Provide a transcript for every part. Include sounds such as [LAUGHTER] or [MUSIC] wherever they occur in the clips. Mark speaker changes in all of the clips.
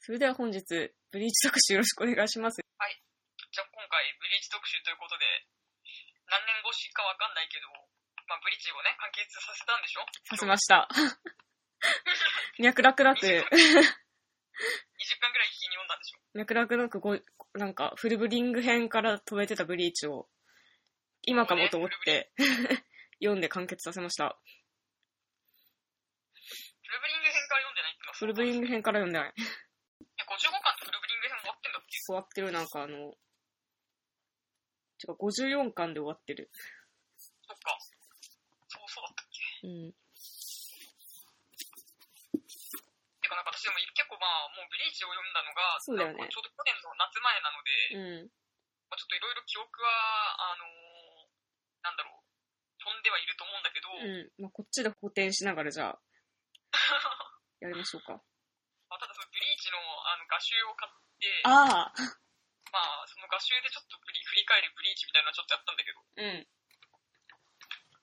Speaker 1: それでは本日、ブリーチ特集よろしくお願いします。
Speaker 2: じゃあ今回ブリーチ特集ということで、何年越しかわかんないけど、まあブリーチをね、完結させたんでしょ
Speaker 1: させました。 [LAUGHS] 脈絡なく、
Speaker 2: ?20 巻ぐらい一気に読んだんでしょ
Speaker 1: [LAUGHS] 脈絡なくご、なんか、フルブリング編から飛べてたブリーチを、今かもと思って、 [LAUGHS] 読んで完結させました。
Speaker 2: フルブリング編から読んでないって
Speaker 1: フルブリン
Speaker 2: グ
Speaker 1: グ編から読んでない。
Speaker 2: 55巻とフルブリング編終わってんだっけ
Speaker 1: 終わってる、なんかあの、てか54巻で終わってる。
Speaker 2: そっか。そうそうだったっけ
Speaker 1: うん。
Speaker 2: てかなんか私でも結構まあ、もうブリーチを読んだのが、
Speaker 1: そうだよね
Speaker 2: なんかちょうど去年の夏前なので、
Speaker 1: う
Speaker 2: まあ、ちょっといろいろ記憶は、あのーなんだろう、飛んではいると思うんだけど、
Speaker 1: ん。うん。まあ、こっちで補填しながらじ [LAUGHS] ゃあ、やりましょうか。
Speaker 2: まあ、ただそのブリーチのあの画集を買って、
Speaker 1: ああ
Speaker 2: まあ、その画集でちょっとブリ振り返るブリーチみたいなのちょっとやったんだけど、
Speaker 1: うん。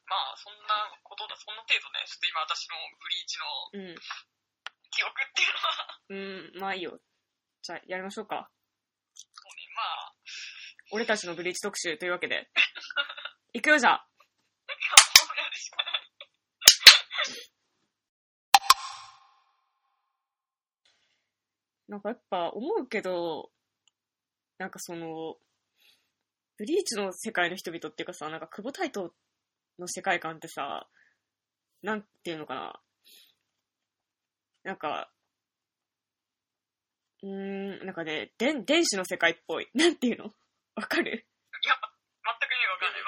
Speaker 2: まあ、そんなことだ、そんな程度ね、ちょっと今私のブリーチの
Speaker 1: うん。
Speaker 2: 記憶っていうのは、 [LAUGHS]
Speaker 1: うん、まあいいよ。じゃあ、やりましょうか。
Speaker 2: もうね、まあ、
Speaker 1: 俺たちのブリーチ特集というわけで。 [LAUGHS] 行くよ、じゃあ。
Speaker 2: そうやるしかない。
Speaker 1: なんかやっぱ思うけど、なんかその、ブリーチの世界の人々っていうかさ、なんか久保大斗の世界観ってさ、なんていうのかな。なんか、うーん、なんかね、でん電子の世界っぽい。なんていうのわかる
Speaker 2: いや、全く意味がわ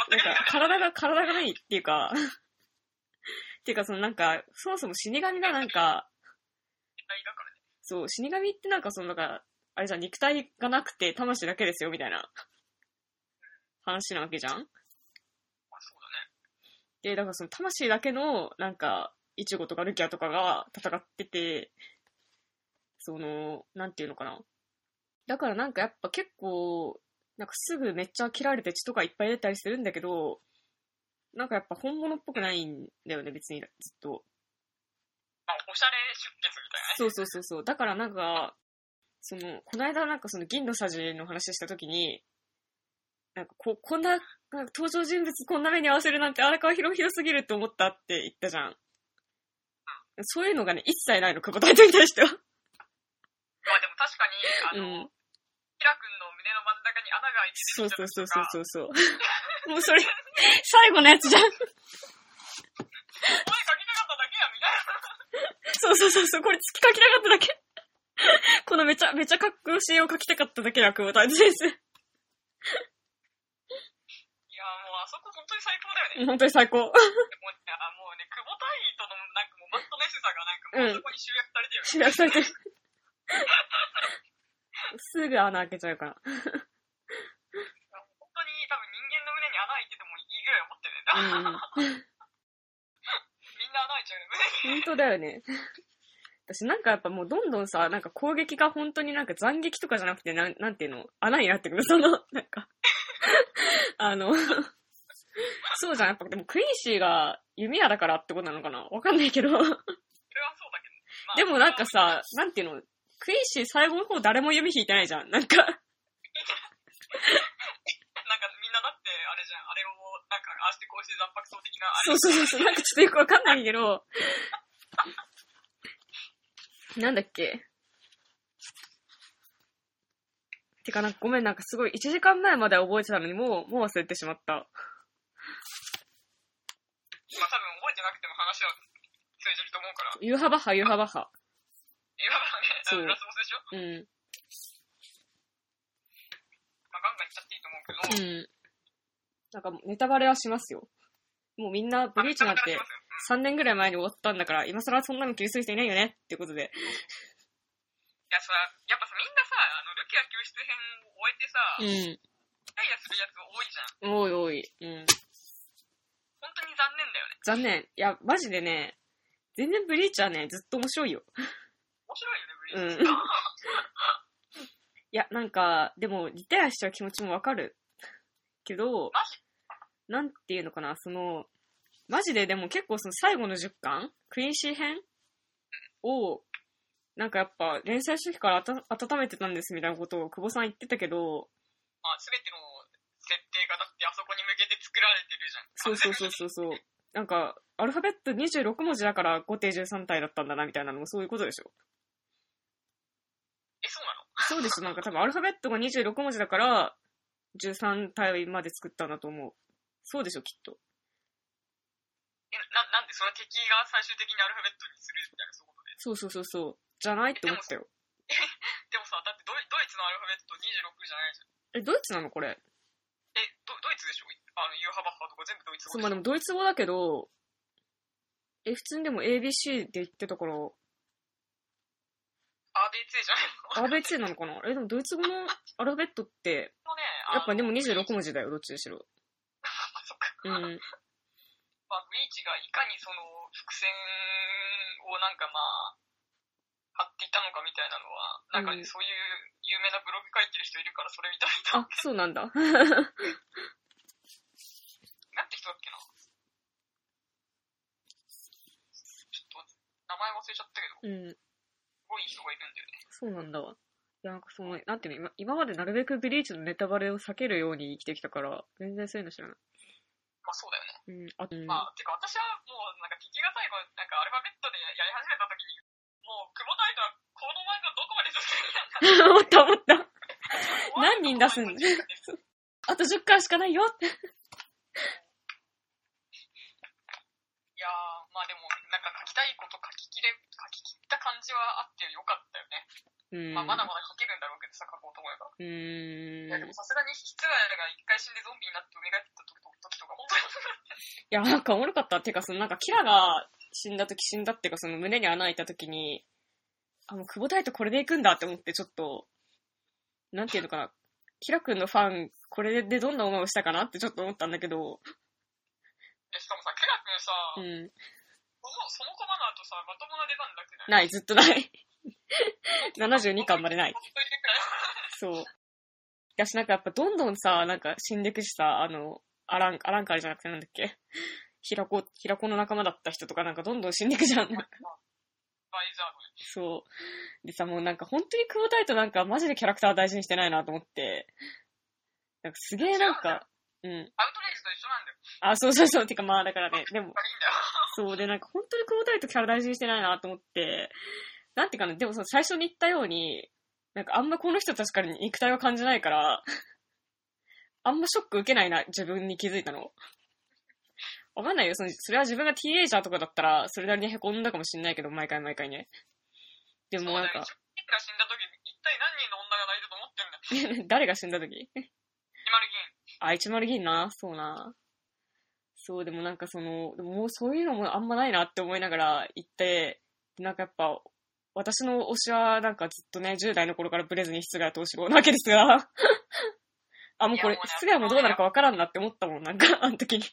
Speaker 2: か
Speaker 1: なん
Speaker 2: んない。全く意味がわかんない。
Speaker 1: か、体が、体がないっていうか、 [LAUGHS] っていうか、そのなんか、そもそも死神がなんか、
Speaker 2: 絶対だからね。
Speaker 1: そう、死神ってなんかそのなんか、あれじゃん、肉体がなくて魂だけですよ、みたいな話なわけじゃん
Speaker 2: まあ、そうだね。
Speaker 1: で、だからその魂だけの、なんか、イチゴとかルキアとかが戦ってて、その、なんていうのかな。だからなんかやっぱ結構、なんかすぐめっちゃ切られて血とかいっぱい出たりするんだけど、なんかやっぱ本物っぽくないんだよね、別にずっと。
Speaker 2: まあ、おしゃれ出血みたいなね。
Speaker 1: そうそうそうそう。だからなんか、その、この間なんかその銀のさじの話したときに、なんかこ、こんな、なんか登場人物こんな目に合わせるなんて荒川広広すぎるって思ったって言ったじゃん。そういうのがね、一切ないの、久保大斗に対しては。
Speaker 2: まあ、でも確かに、あ
Speaker 1: う
Speaker 2: の、
Speaker 1: ん。
Speaker 2: キラ君の胸の真ん中に穴が開いて
Speaker 1: そう
Speaker 2: る
Speaker 1: そうそう
Speaker 2: とか、
Speaker 1: そうそう。
Speaker 2: [LAUGHS]
Speaker 1: もうそれ、最後のやつじゃん。
Speaker 2: 声かけたかっただけや、みたいな。
Speaker 1: そうそうそうそう、これ突き書きたかっただけ。このめちゃ、めちゃかっこよし絵を描きたかっただけだ、久保大斗先生。
Speaker 2: いや、もうあそこ本当に最高だよね。
Speaker 1: 本当に最高。
Speaker 2: もうね、あもうね、久保大斗のなんかもうマットネスさがなんかもうそこに集約されてるよね。
Speaker 1: 知らされてる。すぐ穴開けちゃうから。
Speaker 2: 本当に多分人間の胸に穴開いててもい
Speaker 1: う
Speaker 2: いぐらい思ってるね。
Speaker 1: ん。
Speaker 2: [LAUGHS] みんな穴開いちゃうよね、 [LAUGHS] 胸に。
Speaker 1: 本当だよね。私なんかやっぱもうどんどんさ、なんか攻撃が本当になんか斬撃とかじゃなくて、なん、なんていうの穴になってくる。その、なんか、あの、そうじゃん。やっぱでもクイーシーが弓矢だからってことなのかなわかんないけど。
Speaker 2: それはそうだけど。まあ
Speaker 1: でもなんか
Speaker 2: そ
Speaker 1: さ、なんていうのクイーシー最後の方誰も弓引いてないじゃん。なんか、
Speaker 2: れはなんかみんなだって、あれじゃん、あれをなんかああしてこうして残白層的
Speaker 1: [LAUGHS]
Speaker 2: なあ
Speaker 1: そ
Speaker 2: れ。
Speaker 1: うそうそうそう、なんかちょっとよくわかんないけど、なんだっけ。てかなんかごめん、なんかすごい、1時間前までは覚えてたのに、もう、もう忘れてしまった。
Speaker 2: まあ多分覚えてなくても話は通じると思うから。
Speaker 1: ユーハバッハ、ユーハバッハ。
Speaker 2: 今からね、あ
Speaker 1: そう
Speaker 2: のラスボスでしょ
Speaker 1: うん。
Speaker 2: まあガンガンいっちゃっていいと思うけど。
Speaker 1: うん。なんかネタバレはしますよ。もうみんな、ブリーチなんて
Speaker 2: あ、そ
Speaker 1: 3年ぐらい前に終わったんだから、今更そんなの気にする人いないよねってことで。
Speaker 2: れはそれはうんいやさ、やっぱさみんなさ、あの、ルキア救出編を終えてさ、イ
Speaker 1: ん。
Speaker 2: ライラするやつ多いじゃん。
Speaker 1: おいおい。うん。
Speaker 2: 本当に残念だよね。
Speaker 1: 残念。いや、マジでね、全然ブリーチはね、ずっと面白いよ。
Speaker 2: 面白いよね、ブリー
Speaker 1: うん
Speaker 2: チ。
Speaker 1: いや、なんか、でも、リタイアしちゃう気持ちもわかる。けど、
Speaker 2: マジ
Speaker 1: なんていうのかな、その、マジででも結構その最後の10巻、クイーンシー編を、なんかやっぱ連載初期からあた温めてたんですみたいなことを久保さん言ってたけど、
Speaker 2: まあ、すべての設定がだってあそこに向けて作られてるじゃん。
Speaker 1: そうそうそうそうそう。なんか、アルファベット26文字だから5手13体だったんだなみたいなのもそういうことでしょ。
Speaker 2: え、そうなの
Speaker 1: そうでしょ、なんか多分アルファベットが26文字だから13体まで作ったんだと思う。そうでしょ、きっと。
Speaker 2: え、な、なんでその敵が最終的にアルファベットにするみたいな、そういうこと
Speaker 1: そうそうそ
Speaker 2: で。
Speaker 1: うそう。じゃないって思ったよ。
Speaker 2: でもさ、だってドイドイツのアルファベット26じゃないじゃん。
Speaker 1: え、ドイツなのこれ。
Speaker 2: え、ドドイツでしょあの、ユーハバッハとか全部ドイツ
Speaker 1: そ
Speaker 2: 語
Speaker 1: う、まあで
Speaker 2: でしょ
Speaker 1: もドイツ語だけど、え、普通にでも ABC で言ってたから、
Speaker 2: ABC じゃない
Speaker 1: ABC なの
Speaker 2: の
Speaker 1: かなえ、でもドイツ語のアルファベットって、
Speaker 2: もね、
Speaker 1: やっぱ
Speaker 2: あの
Speaker 1: でも26文字だよ、どっちにしろ。
Speaker 2: あそっか。
Speaker 1: うん。
Speaker 2: まあ、ブリーチがいかにその伏線をなんかまあ、張っていたのかみたいなのは、なんか
Speaker 1: うん
Speaker 2: そういう有名なブログ書いてる人いるからそれ見たいな。
Speaker 1: あ、そうなんだ。
Speaker 2: なんて人だっけなちょっと待って、名前忘れちゃったけど、
Speaker 1: う
Speaker 2: す
Speaker 1: ん。
Speaker 2: ごいいい人がいるんだよね。
Speaker 1: そうなんだわ。いや、なんかその、なんていうの、今今までなるべくブリーチのネタバレを避けるように生きてきたから、全然そういうの知らない。
Speaker 2: まあそうだよね。
Speaker 1: うん。あ、うん、
Speaker 2: まあ、てか私はもうなんか敵が最後、なんかアルファベットでやり始めた時に、もう、雲大がこの漫画どこまで進んだ
Speaker 1: 思った思っ
Speaker 2: んだ
Speaker 1: た。 [LAUGHS] 何人出すんだ
Speaker 2: そう
Speaker 1: あと10回しかないよって。
Speaker 2: いやー、まあでも、なんか書きたいこと書ききれ、書ききった感じはあってよかったよね。
Speaker 1: うん。
Speaker 2: まあまだまだ書けるんだろうけどさ、書こうと思えば。
Speaker 1: うーん。
Speaker 2: いやでもさすがにヒツガヤが一回死んでゾンビになって蘇った時と時とか、本当に
Speaker 1: いや、なんかおもろかった。てか、そのなんか、キラが死んだとき死んだっていうか、その胸に穴開いたときに、あ、もう久保大とこれで行くんだって思って、ちょっと、なんていうのかな、キラくんのファン、これでどんな思いをしたかなってちょっと思ったんだけど、
Speaker 2: えしかもさ、クラ君さ、
Speaker 1: うん。
Speaker 2: そのそのコマの後さ、まともな出番なくない
Speaker 1: ない、ずっとない。72巻までない。
Speaker 2: ほっといてくれよ
Speaker 1: そう。だし、なんかやっぱどんどんさ、なんか死んでくしさ、あの、アラン、アランカレじゃなくてなんだっけ平子、平子の仲間だった人とかなんかどんどん死んでくじ [LAUGHS] ゃん。
Speaker 2: バイザーのね。
Speaker 1: そう。でさ、もうなんか本当に久保タイとなんかマジでキャラクター大事にしてないなと思って。なんかすげえなんか、うん。
Speaker 2: アウトレイジと一緒なんだよ。
Speaker 1: あ、そうそうそう。てかまあだからね、でも、
Speaker 2: まあいいんだよ。
Speaker 1: そうでなんか本当に久保タイとキャラ大事にしてないなと思って。なんていうかな、でもその最初に言ったように、なんかあんまこの人たちから肉体を感じないから、あんまショック受けないな、自分に気づいたの。わかんないよ、その、それは自分がティーエイジャーとかだったら、それなりに凹んだかもしんないけど、毎回毎回ね。でもなんか、
Speaker 2: そうだよね。ヒツが死んだ時、一体何人の女が泣いたと思ってんだよ。
Speaker 1: [LAUGHS] 誰が死んだ時
Speaker 2: ヒマルギン。
Speaker 1: あ、一丸銀な、そうな。そう、でもなんかその、でももうそういうのもあんまないなって思いながら行って、なんかやっぱ、私の推しはなんかずっとね、10代の頃からブレずに室外投資後なわけですが、あ、もうこ
Speaker 2: いやもう
Speaker 1: れ
Speaker 2: ね、
Speaker 1: 室外もどうなるかわからんなって思ったもん、なんか、あの時に。
Speaker 2: そ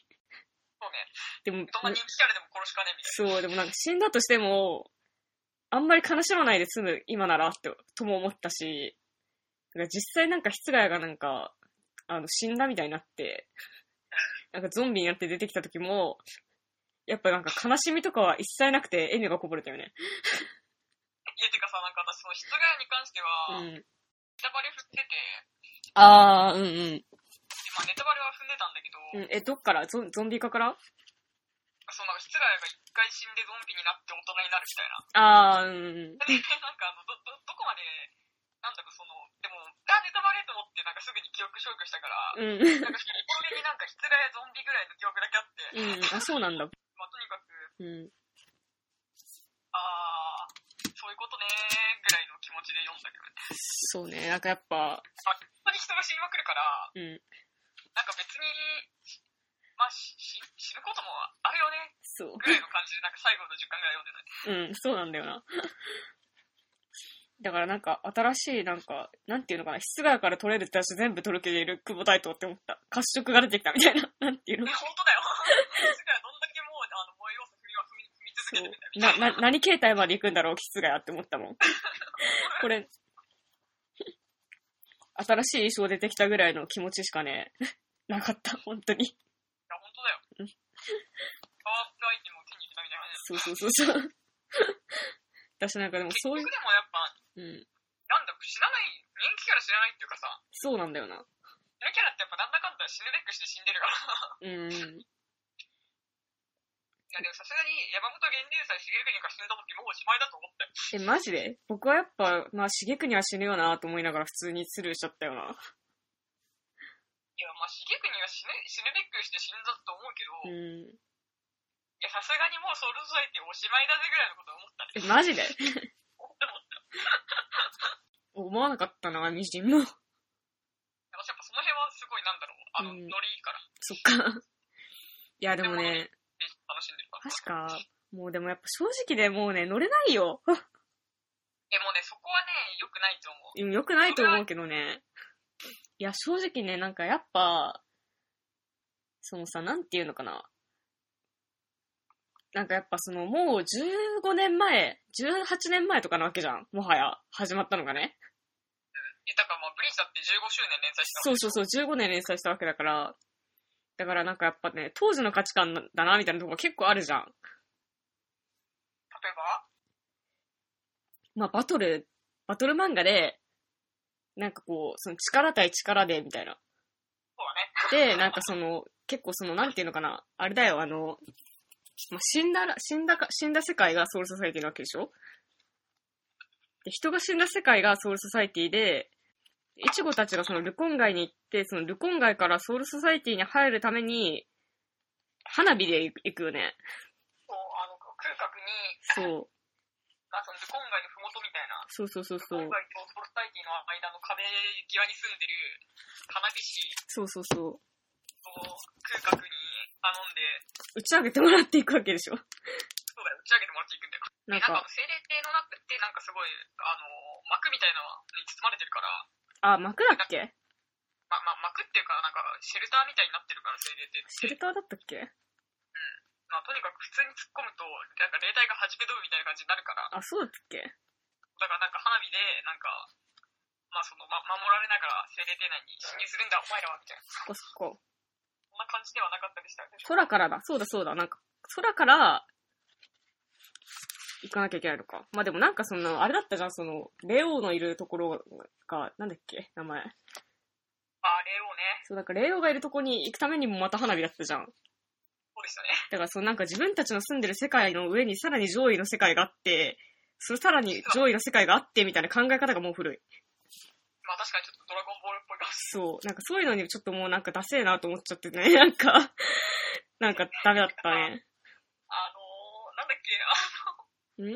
Speaker 2: うね。
Speaker 1: でも、
Speaker 2: どんな人気キャラでも殺しかねえみたいな。
Speaker 1: そう、でもなんか死んだとしても、あんまり悲しまないで済む今ならって、とも思ったし、だから実際なんか室外がなんか、あの、死んだみたいになって、 [LAUGHS] なんかゾンビになって出てきた時も、やっぱなんか悲しみとかは一切なくて、笑みがこぼれたよね。
Speaker 2: いや、てかさ、なんか私、その、室外に関して
Speaker 1: う
Speaker 2: は、ネ
Speaker 1: ん。
Speaker 2: タバレ振ってて、
Speaker 1: ああ、うんうん。
Speaker 2: でまあ、ネタバレは踏んでたんだけど、
Speaker 1: うん、え、どっからゾンゾンビ化から
Speaker 2: そのなんか、室外が一回死んでゾンビになって大人になるみたいな。
Speaker 1: ああ、うんうん。 [LAUGHS]
Speaker 2: で、なんか、あの、ど、ど、どこまで、なんだろう、その、でも、あ、ネタバレと思って、なんかすぐに記憶消去したから、
Speaker 1: うん。うん、
Speaker 2: なんか、一方的になんか、室外ゾンビぐらいの記憶だけあって、
Speaker 1: あ、そうなんだ。
Speaker 2: まあ、とにかく、
Speaker 1: うん。
Speaker 2: あー、そういうことねー、ぐらいの気持ちで読んだけどね。
Speaker 1: そうね、なんかやっぱ、
Speaker 2: 本当に人が死にまくるから、
Speaker 1: うん。
Speaker 2: なんか別に、まあ、しし死ぬこともあるよね、
Speaker 1: そう。
Speaker 2: ぐらいの感じで、なんか最後の
Speaker 1: うん、
Speaker 2: 10巻ぐらい読んでたね。
Speaker 1: そうなんだよな。 [LAUGHS] だからなんか、新しい、なんか、なんていうのかな、室外から取れるって私全部取るけでいる久保大東って思った。褐色が出てきたみたいな。 [LAUGHS] なんていうの
Speaker 2: ね、本当だよ。室外はどんだけもう、あの、燃えようと踏みは踏み踏み続け
Speaker 1: そ
Speaker 2: てるんだよ。
Speaker 1: う。な、な、何形態まで行くんだろう、室外はって思ったもん。 [LAUGHS] これ、新しい衣装出てきたぐらいの気持ちしかね、 [LAUGHS] なかった、本当に。
Speaker 2: いや、本当だよ。パワーアップアイテムを手に入れたみたいな感じ
Speaker 1: そうそ
Speaker 2: だよ。
Speaker 1: うそうそう。 [LAUGHS] 私なんかでも
Speaker 2: 結
Speaker 1: そう
Speaker 2: 局
Speaker 1: い
Speaker 2: で
Speaker 1: う、
Speaker 2: もやっぱ、
Speaker 1: うん、
Speaker 2: なんだ、知らない、人気キャラ知らないっていうかさ、
Speaker 1: そうなんだよな。
Speaker 2: 人気キャラってやっぱなんだかんだ死ぬべくして死んでる
Speaker 1: [LAUGHS]
Speaker 2: から。
Speaker 1: うん。
Speaker 2: いやでもさすがに山本源流祭茂国が死んだ時もうおしまいだと思ったよ。
Speaker 1: え、マジで僕はやっぱ、まあ、茂国は死ぬよなと思いながら普通にスルーしちゃったよな。
Speaker 2: いやまあ茂国は死ぬ死ぬべくして死んだと思うけ
Speaker 1: う
Speaker 2: ど、い
Speaker 1: ん。
Speaker 2: やさすがにもうソウルソサイティおしまいだぜぐらいのことは思った
Speaker 1: え
Speaker 2: ね。、
Speaker 1: マジで
Speaker 2: 思った思った。
Speaker 1: 思わなかったな、みじんも。 [LAUGHS]
Speaker 2: 私やっぱその辺はすごいなんだろう、あの、
Speaker 1: うん
Speaker 2: ノリいいから、
Speaker 1: そっか。いや、でもね、
Speaker 2: 楽しんでるから。
Speaker 1: 確か、もうでもやっぱ正直でもうね、乗れないよ。
Speaker 2: でもね、そこはね、良くないと思う。
Speaker 1: うん良くないと思うけどね。いや、正直ね、なんかやっぱ、そのさ、なんていうのかな。なんかやっぱその、もう15年前、18年前とかなわけじゃん。もはや、始まったのがね。
Speaker 2: えだからまあ、ブリーチだって15周年連載した
Speaker 1: そうそうそう、15年連載したわけだから。だからなんかやっぱね、当時の価値観だな、みたいなとこが結構あるじゃん。
Speaker 2: 例えば
Speaker 1: まあ、バトル、バトル漫画で、なんかこう、その力対力で、みたいな。
Speaker 2: そうだね。
Speaker 1: で、なんかその、結構その、なんていうのかな、あれだよ、あの、まあ、死んだら、死んだか、死んだ世界がソウルソサイティなわけでしょで、人が死んだ世界がソウルソサイティで、イチゴたちがそのルコン街に行って、そのルコン街からソウルソサイティに入るために、花火で行くよね。
Speaker 2: そう、あの、空角に、
Speaker 1: そう。
Speaker 2: まあ、その、今回のふもとみたいな、
Speaker 1: そうそうそうそ
Speaker 2: 今
Speaker 1: う。
Speaker 2: 回とソルサイティの間の壁際に住んでる花火師
Speaker 1: そうそうそう。
Speaker 2: を空角に頼んで、
Speaker 1: 打ち上げてもらっていくわけでしょ。
Speaker 2: そうだよ、打ち上げてもらっていくんだよ。
Speaker 1: なん
Speaker 2: でなんかあ
Speaker 1: か
Speaker 2: の、、精霊艇の中って、なんかすごい、あの、幕みたいなのに包まれてるから、
Speaker 1: あ、幕だっけ
Speaker 2: ま、ま、幕っていうか、なんか、シェルターみたいになってるから、精霊艇
Speaker 1: シェ
Speaker 2: って。
Speaker 1: ルターだったっけ
Speaker 2: まあ、とにかく普通に突っ込むと、なんか、霊体が弾け飛ぶみたいな感じになるから、
Speaker 1: あ、そうだったっけ
Speaker 2: だからなんか花火で、なんか、まあその、ま、守られながら精霊艇内に侵入するんだ、お前らは、みたいな。
Speaker 1: そっかそっか。
Speaker 2: そんな感じではなかったでしたよね。
Speaker 1: 空からだ。そうだそうだ。なんか、空から、行かなきゃいけないのか。まあでもなんかその、あれだったじゃん、その、レオのいるところが、なんだっけ名前。
Speaker 2: あれをね、
Speaker 1: そう、だからレオがいるとこに行くためにもまた花火だったじゃん。
Speaker 2: そうでしたね。
Speaker 1: だからそのなんか自分たちの住んでる世界の上にさらに上位の世界があって、それさらに上位の世界があってみたいな考え方がもう古い。
Speaker 2: まあ確かにちょっとドラゴンボールっぽいかもし
Speaker 1: そう、なんかそういうのにちょっともうなんかダセえなと思っちゃってね、 [LAUGHS] なんか、なんかダメだったね。
Speaker 2: れ [LAUGHS] ないあのー、
Speaker 1: ん
Speaker 2: なんだっけ、あの、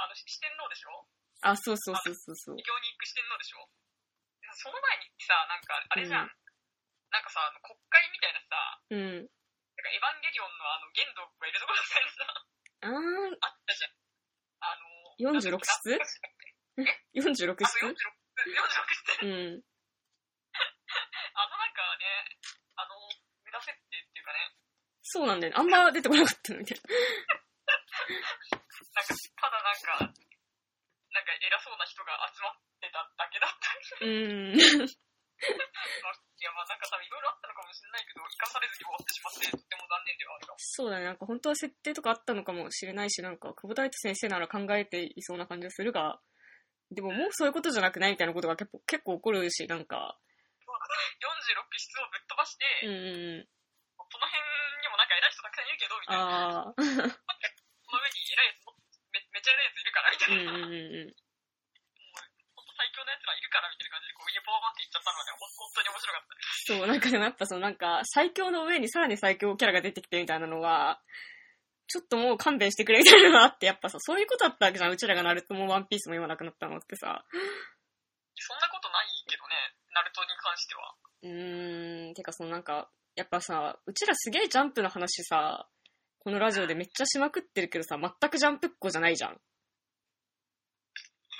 Speaker 2: あの四天王でしょ
Speaker 1: あ、そうそうそうそうそう
Speaker 2: 異。教に行く四天王でしょその前にさ、なんか、あれじゃん。
Speaker 1: うん
Speaker 2: なんかさ、あの国会みたいなさ、
Speaker 1: うん。
Speaker 2: なんかエヴァンゲリオンのあの、玄道がいるところみたいなさ、 [LAUGHS]
Speaker 1: あー、
Speaker 2: あったじゃん。あのー、
Speaker 1: 46室
Speaker 2: なんか
Speaker 1: 46
Speaker 2: あ
Speaker 1: 室
Speaker 2: そう46室 ?46 室
Speaker 1: うん。
Speaker 2: あのなんかね、あの、目指せってっていうかね、
Speaker 1: そうなんだよね。あんま出てこなかったのに。
Speaker 2: なんか、ただなんか、なんか偉そうな人が集まってただけだったり
Speaker 1: うーん。 [LAUGHS]
Speaker 2: いやまあなんか多分いろいろあったのかもしれないけど、生かされずに終わってしまって、とても残念ではあるが。
Speaker 1: そうだね。なんか本当は設定とかあったのかもしれないし、なんか、久保田先生なら考えていそうな感じがするが、でももうそういうことじゃなくないみたいなことが結構結構起こるし、なんか、
Speaker 2: 46室をぶっ飛ばして、
Speaker 1: うんうん。
Speaker 2: この辺にもなんか偉い人たくさんいるけど、みたい
Speaker 1: あ
Speaker 2: な。
Speaker 1: ー、
Speaker 2: この上に偉いやつもめ、めっちゃ偉いやついるから、み
Speaker 1: うん
Speaker 2: たい
Speaker 1: うんうんう
Speaker 2: な。
Speaker 1: ん。
Speaker 2: [LAUGHS] ほんと最強のやつらいるから、みたいな感じで、こう、家ポーンって行っちゃったのがね、ほん本当に面白かった。
Speaker 1: そう、なんかでもやっぱそのなんか、最強の上にさらに最強キャラが出てきてみたいなのは、ちょっともう勘弁してくれみたいなのがあって、やっぱさ、そういうことだったわけじゃん。うちらがナルトもワンピースも今なくなったのってさ。
Speaker 2: そんなことないけどね、ナルトに関しては。
Speaker 1: うーん、てかそのなんか、やっぱさ、うちらすげえジャンプの話さ、このラジオでめっちゃしまくってるけどさ、全くジャンプっ子じゃないじゃん。い
Speaker 2: そ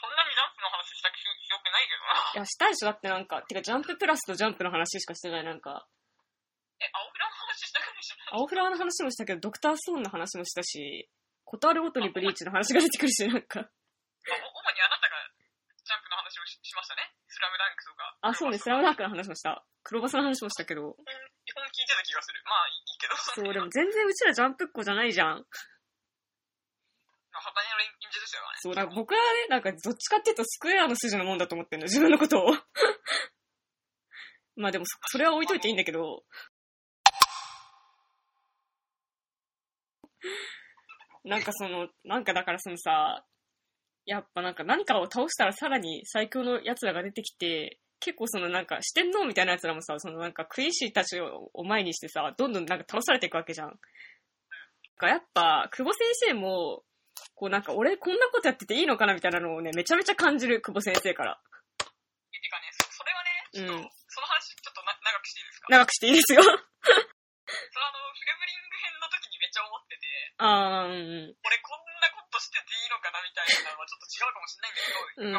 Speaker 2: んなにダンスの話した記憶ないけどな。
Speaker 1: や、
Speaker 2: [LAUGHS]
Speaker 1: したいでしょだってなんか、てかジャンププラスとジャンプの話しかしてない、なんか、
Speaker 2: え、青フラの話したくないしな。
Speaker 1: 青フラワーの話もしたけど、ドクターストーンの話もしたし、ことあるごとにブリーチの話が出てくるし、なんか、
Speaker 2: まあお主にあなたがジャンプの話をししましたね。スラムダンクとか。
Speaker 1: あ、そうね、スラムダンクの話もした。黒バスの話もしたけど、
Speaker 2: 基本聞いてた気がする。まあ、いいいいけど。
Speaker 1: そう、でも全然うちらジャンプっ子じゃないじゃん。
Speaker 2: ま鋼の忍者ですよね。
Speaker 1: そう、なんか僕はね、なんかどっちかっていうとスクエアの筋のもんだと思ってんの、自分のことを。まあでもそ、それは置いといていいんだけど。 [LAUGHS] なんかその、なんかだからそのさ、やっぱなんか何かを倒したらさらに最強の奴らが出てきて、結構そのなんか四天王みたいな奴らもさ、そのなんかクイシーたちをを前にしてさ、どんどんなんか倒されていくわけじゃん。なんかやっぱ、久保先生も、こうなんか俺こんなことやってていいのかなみたいなのをね、めちゃめちゃ感じる、久保先生から。
Speaker 2: てかね、そそれはね、ちょっと、
Speaker 1: うん
Speaker 2: その話ちょっとな長くしていいですか
Speaker 1: 長くしていいですよ。 [LAUGHS]
Speaker 2: それあの、フレブリング編の時にめっちゃ思ってて、
Speaker 1: あー、うん
Speaker 2: 俺こんなことしてていいのかなみたいなのはちょっと違うかもしれ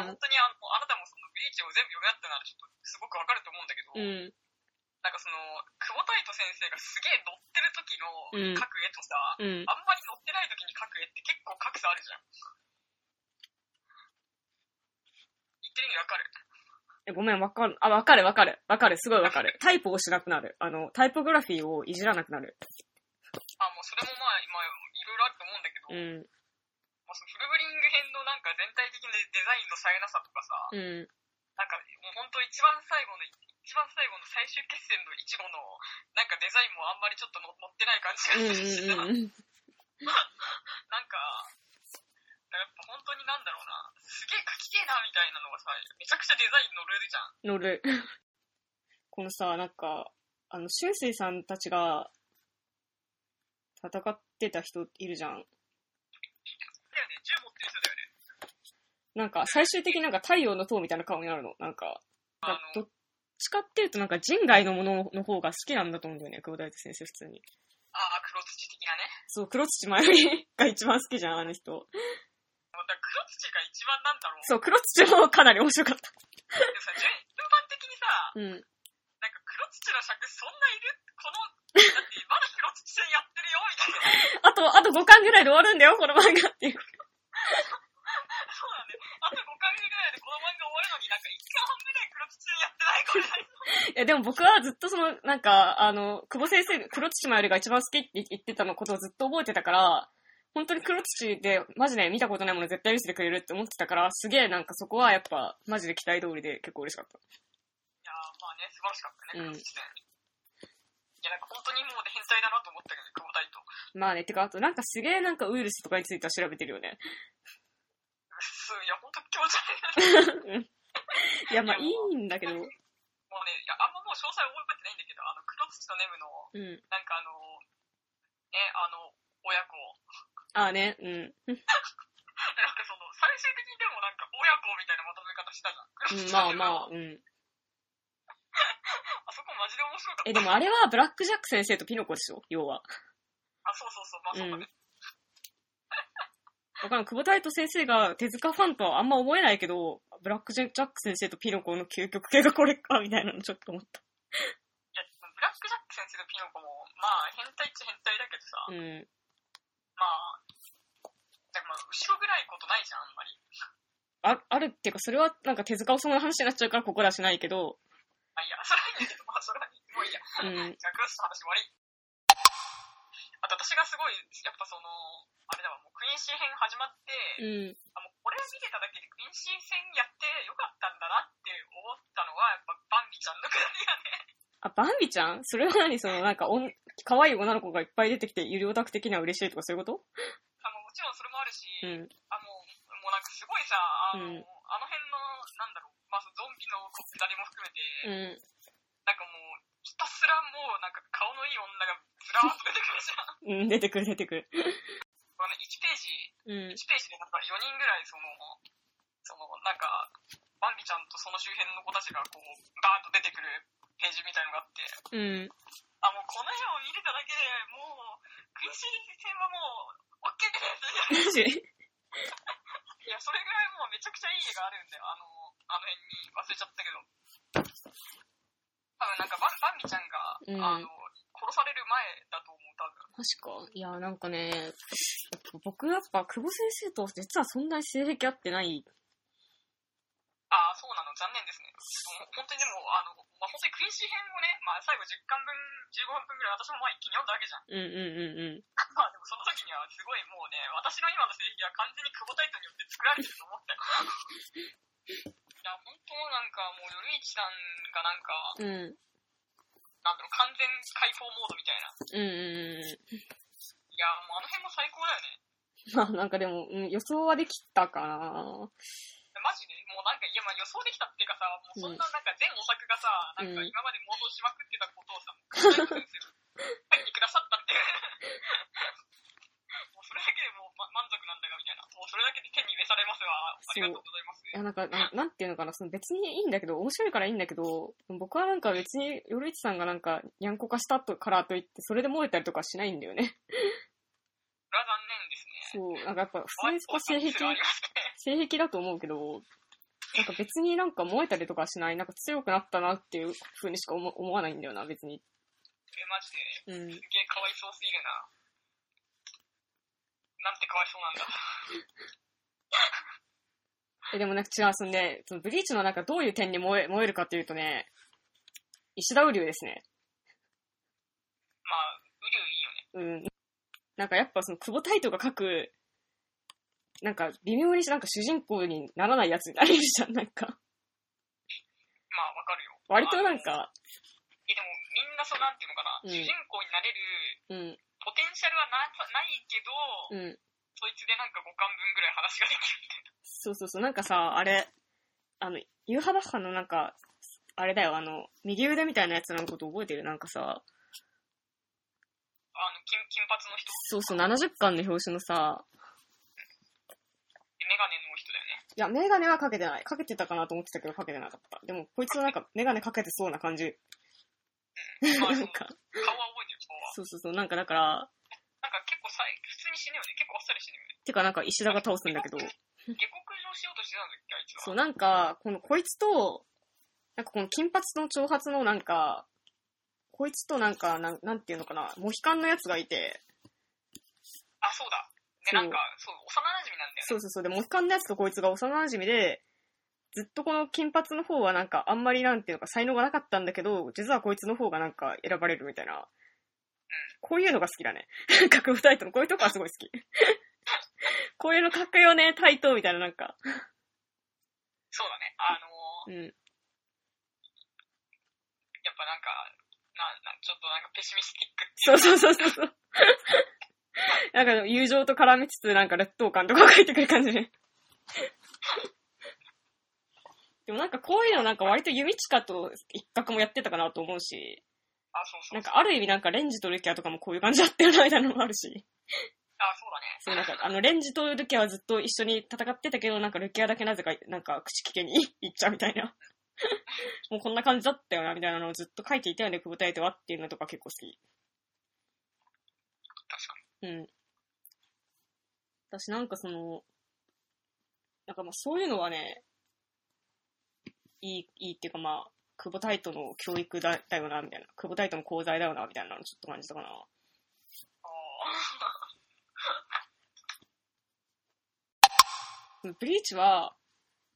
Speaker 2: ないんだ
Speaker 1: うん
Speaker 2: けど、本当にあのあなたもそのブリーチを全部読み合ったならちょっとすごくわかると思うんだけど、
Speaker 1: うん、うん。
Speaker 2: なんかその、久保太斗先生がすげえ乗ってる時
Speaker 1: うん
Speaker 2: の描く絵とさ、
Speaker 1: うん。
Speaker 2: あんまり乗ってない時に描く絵って結構格差あるじゃん。言ってる意味わかる
Speaker 1: えごめん、わかる。あ、わかるわかる。わかる。すごいわかる。タイプをしなくなる。あの、タイポグラフィーをいじらなくなる。
Speaker 2: あ、もうそれもまあ、今、いろいろあると思うんだけ
Speaker 1: う
Speaker 2: ど、
Speaker 1: ん。
Speaker 2: まあ、そのフルブリング編のなんか全体的なデザインのさえなさとかさ、
Speaker 1: うん。
Speaker 2: なんか、もう本当一番最後の、一番最後の最終決戦のイチゴの、なんかデザインもあんまりちょっとの乗ってない感じ
Speaker 1: うん
Speaker 2: がするしさ、
Speaker 1: うんうん。
Speaker 2: なんか、やっぱ本当になんだろうな、すげえ書きてえなみたいなのがさ、めちゃくちゃデザイン乗るじゃん。
Speaker 1: 乗る。このさ、なんか、あの、春水さんたちが、戦ってた人いるじゃん。
Speaker 2: だよね、銃持ってる人だよね。
Speaker 1: なんか、最終的になんか太陽の塔みたいな顔になるの。なんか、
Speaker 2: あ
Speaker 1: ど
Speaker 2: の、
Speaker 1: っちかっていうとなんか人外のものの方が好きなんだと思うんだよね、久保大先生普通に。
Speaker 2: ああ、黒土的なね。
Speaker 1: そう、黒土まゆみが一番好きじゃん、あの人。
Speaker 2: もうだから黒土が一番なんだろう。
Speaker 1: そう、黒土もかなり面白かった。
Speaker 2: でもさ、順順番的にさ、
Speaker 1: うん。
Speaker 2: なんか黒土の尺そんないるこの、だってまだ黒土戦やってるよみたいな。
Speaker 1: あと、あと5巻ぐらいで終わるんだよ、この漫画っていう。
Speaker 2: そうなんだよ。あと5回目ぐらいでこの漫画終わるのに、なんか1巻半ぐらい黒土やってないこれ。
Speaker 1: いや、でも僕はずっとその、なんか、あの、久保先生、黒土まゆりが一番好きって言ってたのことをずっと覚えてたから、本当に黒土で、マジで見たことないもの絶対見せてくれるって思ってたから、すげえなんかそこはやっぱ、マジで期待通りで結構嬉しかった。
Speaker 2: いやー、まあね、素晴らしかったね、
Speaker 1: うん
Speaker 2: 黒土戦。いや、なんか本当にもう変態だなと思ったけど、久保大と。
Speaker 1: まあね、てか、あとなんかすげえなんかウイルスとかについては調べてるよね。
Speaker 2: うっすいや、本当気持ち悪いな。
Speaker 1: いや、まあいいんだけど、
Speaker 2: もうね、いや、あんまもう詳細覚えてないんだけど、あの、黒土とネムの、
Speaker 1: うん。
Speaker 2: なんかあの、ね、あの、親子。
Speaker 1: ああね、うん。
Speaker 2: なんかその、最終的にでもなんか親子みたいなまとめ方したじゃ
Speaker 1: うん、
Speaker 2: ん。
Speaker 1: まあま
Speaker 2: あ。
Speaker 1: あ、うん。
Speaker 2: [LAUGHS] あそこマジで面白かった。
Speaker 1: え、でもあれはブラックジャック先生とピノコでしょ要は。
Speaker 2: あ、そうそうそう、まあそうだね。
Speaker 1: わかんない。久保太斗先生が手塚ファンとはあんま思えないけど、ブラックジャック先生とピノコの究極系がこれか、みたいなのちょっと思った。
Speaker 2: いや、ブラックジャック先生とピノコも、まあ、変態っちゃ変態だけどさ、
Speaker 1: うん。
Speaker 2: まあ、だからまあ、後ろぐらいことないじゃん、あんまり。
Speaker 1: ああるっていうか、それはなんか手塚治虫の話になっちゃうからここらしないけど、
Speaker 2: あ、いや、それはいいんだけど、まあ、それはいい。もういいや。
Speaker 1: うん。
Speaker 2: じゃあ、クロスの話終わり。あと、私がすごい、やっぱその、あれだわ、もうクイーンシー編始まって、
Speaker 1: [LAUGHS] うん。
Speaker 2: あもうこれ見てただけでクイーンシー戦やってよかったんだなって思ったのは、やっぱバンビちゃんのくだりやね。
Speaker 1: あ、バンビちゃんそれは何その、なんかおん、可愛い女の子がいっぱい出てきて、有料オタク的には嬉しいとかそういうこと
Speaker 2: あの、もちろんそれもあるし、
Speaker 1: うん。
Speaker 2: あ、もう、もうなんかすごいさ、あ
Speaker 1: う
Speaker 2: の、
Speaker 1: ん
Speaker 2: あの辺の、なんだろう、まあ、そのゾンビのくだりも含め
Speaker 1: うん。
Speaker 2: て、なんかもう、ひたすらもう、なんか顔のいい女がずらーっと出てくるじゃん。
Speaker 1: う
Speaker 2: [LAUGHS]
Speaker 1: ん、出てくる出てくる。
Speaker 2: この1ページ、
Speaker 1: うん
Speaker 2: 1。ページでなんか4人ぐらい、その、その、なんか、バンビちゃんとその周辺の子たちがこう、バーンと出てくるページみたいのがあって、
Speaker 1: うん。
Speaker 2: あ、もうこの絵を見れただけでもう、クイシー戦はもう、オッケーです。
Speaker 1: マジ
Speaker 2: いや、それぐらいもうめちゃくちゃいい絵があるんだよ。あの、あの辺に忘れちゃったけど。多分なんかバン、バンビちゃんが、
Speaker 1: うん
Speaker 2: あの、殺される前だと思う、多分。
Speaker 1: マジか。いや、なんかね、やっぱ僕やっぱ久保先生と実はそんなに性癖合ってない
Speaker 2: ああ、そうなの、残念ですね。もう本当にでも、あの、まあ、本当にクインシー編をね、まあ、最後10巻分、15分分ぐらい私もまあ一気に読んだわけじゃ
Speaker 1: うんうんうんう
Speaker 2: ん。 [LAUGHS]
Speaker 1: ん。
Speaker 2: まあでもその時にはすごいもうね、私の今の性癖は完全に久保タイトによって作られてると思ったよ。 [LAUGHS] いや、本当なんかもう、夜市さんがなんか、
Speaker 1: うん、うん
Speaker 2: なんだろう、完全解放モードみたいな。
Speaker 1: うん [LAUGHS] う
Speaker 2: いや、もうあの辺も最高だよね。
Speaker 1: ん。まあなんかでも、うん、予想はできたかな。
Speaker 2: マジで、もうなんか、いや、まあ予想できたっていうかさ、もうそんななんか全模索がさ、なんか
Speaker 1: うん
Speaker 2: 今まで妄想しまくってたことをさ、もう完全にです
Speaker 1: [LAUGHS]
Speaker 2: よ。入ってくださったっていう。 [LAUGHS] もうそれだけでもう、ま、満足なんだが、みたいな。もうそれだけで手に召されますわ。ありがとうございます。
Speaker 1: いやなんかな、なんていうのかな、その別にいいんだけど、面白いからいいんだけど、僕はなんか別に、夜市さんがなんか、にゃんこ化したとからといって、それで燃えたりとかしないんだよね。
Speaker 2: それは残念ですね。
Speaker 1: そう、なんかやっぱ、
Speaker 2: あ
Speaker 1: 普通にそこ性癖、
Speaker 2: そうありますね。
Speaker 1: 性癖だと思うけど、なんか別になんか燃えたりとかしない、なんか強くなったなっていう風にしか思思わないんだよな、別に。
Speaker 2: え、マジで。
Speaker 1: うん
Speaker 2: す。げえかわいそうすぎるな。なんてかわいそうなんだ。
Speaker 1: え、でもなんか違う、そのね、そのブリーチのなんかどういう点に燃え、燃えるかっていうとね、石田雨竜ですね。
Speaker 2: まあ、ウリュウいいよね。
Speaker 1: うん。なんかやっぱその久保太斗が書く、なんか微妙になんか主人公にならないやつになれるじゃん、 [LAUGHS] なんか。
Speaker 2: まあ、わかるよ。
Speaker 1: 割となん
Speaker 2: あの。
Speaker 1: か、
Speaker 2: え、でも、みんなそうなんていうのかな。
Speaker 1: うん
Speaker 2: 主人公になれる
Speaker 1: うん、
Speaker 2: ポテンシャルはなないけど、
Speaker 1: うん。
Speaker 2: そいつでなんか5巻分ぐらい話ができるみたいな。
Speaker 1: そうそうそう、なんかさ、あれ、あの、ユーハバッハのなんか、あれだよ、あの、右腕みたいなやつのこと覚えてるなんかさ、
Speaker 2: あの、金金髪の人、
Speaker 1: そうそう、70巻の表紙のさ、
Speaker 2: メガネの人だよね。
Speaker 1: いや、メガネはかけてない。かけてたかなと思ってたけど、かけてなかった。でも、こいつはなんか、メガネかけてそうな感じ。
Speaker 2: ま
Speaker 1: な
Speaker 2: あ、
Speaker 1: [LAUGHS] ん
Speaker 2: その
Speaker 1: か、
Speaker 2: 顔は覚えてる、顔は。
Speaker 1: そうそうそう、なんかだから、
Speaker 2: なんか結構さい、普通に死ぬよね。結構あっさり死ぬよね。
Speaker 1: てかなんか石田が倒すんだけど、
Speaker 2: 下克上しようとしてたんだっけ、あいつは。
Speaker 1: そう、なんか、この、こいつと、なんかこの金髪の長髪のなんか、こいつとなんか、なんなんていうのかな、モヒカンのやつがいて、
Speaker 2: あ、そうだ。ね、
Speaker 1: そう
Speaker 2: なんか、そう、幼馴染なんだよね。
Speaker 1: そうそうそう、で、モヒカンのやつとこいつが幼馴染で、ずっとこの金髪の方はなんか、あんまりなんていうのか、才能がなかったんだけど、実はこいつの方がなんか選ばれるみたいな。こういうのが好きだね。 [LAUGHS] 格好タイトル、こういうとこはすごい好き。 [LAUGHS] こういうの書くよね、タイトみたいななんか。
Speaker 2: そうだね。あの
Speaker 1: う
Speaker 2: ー
Speaker 1: ん。
Speaker 2: やっぱなんか、な、な、ちょっとなんかペシミスティックって
Speaker 1: そう
Speaker 2: いうか。
Speaker 1: そうそうそうそう。なんか友情と絡みつつ、なんか劣等感とか書いてくる感じね。でもなんかこういうのなんか割と弓近と一角もやってたかなと思うし、
Speaker 2: あ、そうそう
Speaker 1: なんかある意味なんかレンジとルキアとかもこういう感じだったよなみたいなのもあるし、
Speaker 2: あ、そうだね。
Speaker 1: そう
Speaker 2: [LAUGHS]
Speaker 1: なんかあのレンジとルキアはずっと一緒に戦ってたけど、なんかルキアだけなぜかなんか口利けに行っちゃうみたいな。もうこんな感じだったよなみたいなのをずっと書いていたよね、久保太斗はっていうのとか結構好き。
Speaker 2: 確かに。
Speaker 1: うん。私なんかその、なんかまあそういうのはね、いい、いいっていうかまあ、久保タイトの教育だだよな、みたいな。久保タイトの講座だよな、みたいなのちょっと感じたかな。
Speaker 2: あー
Speaker 1: ブリーチは、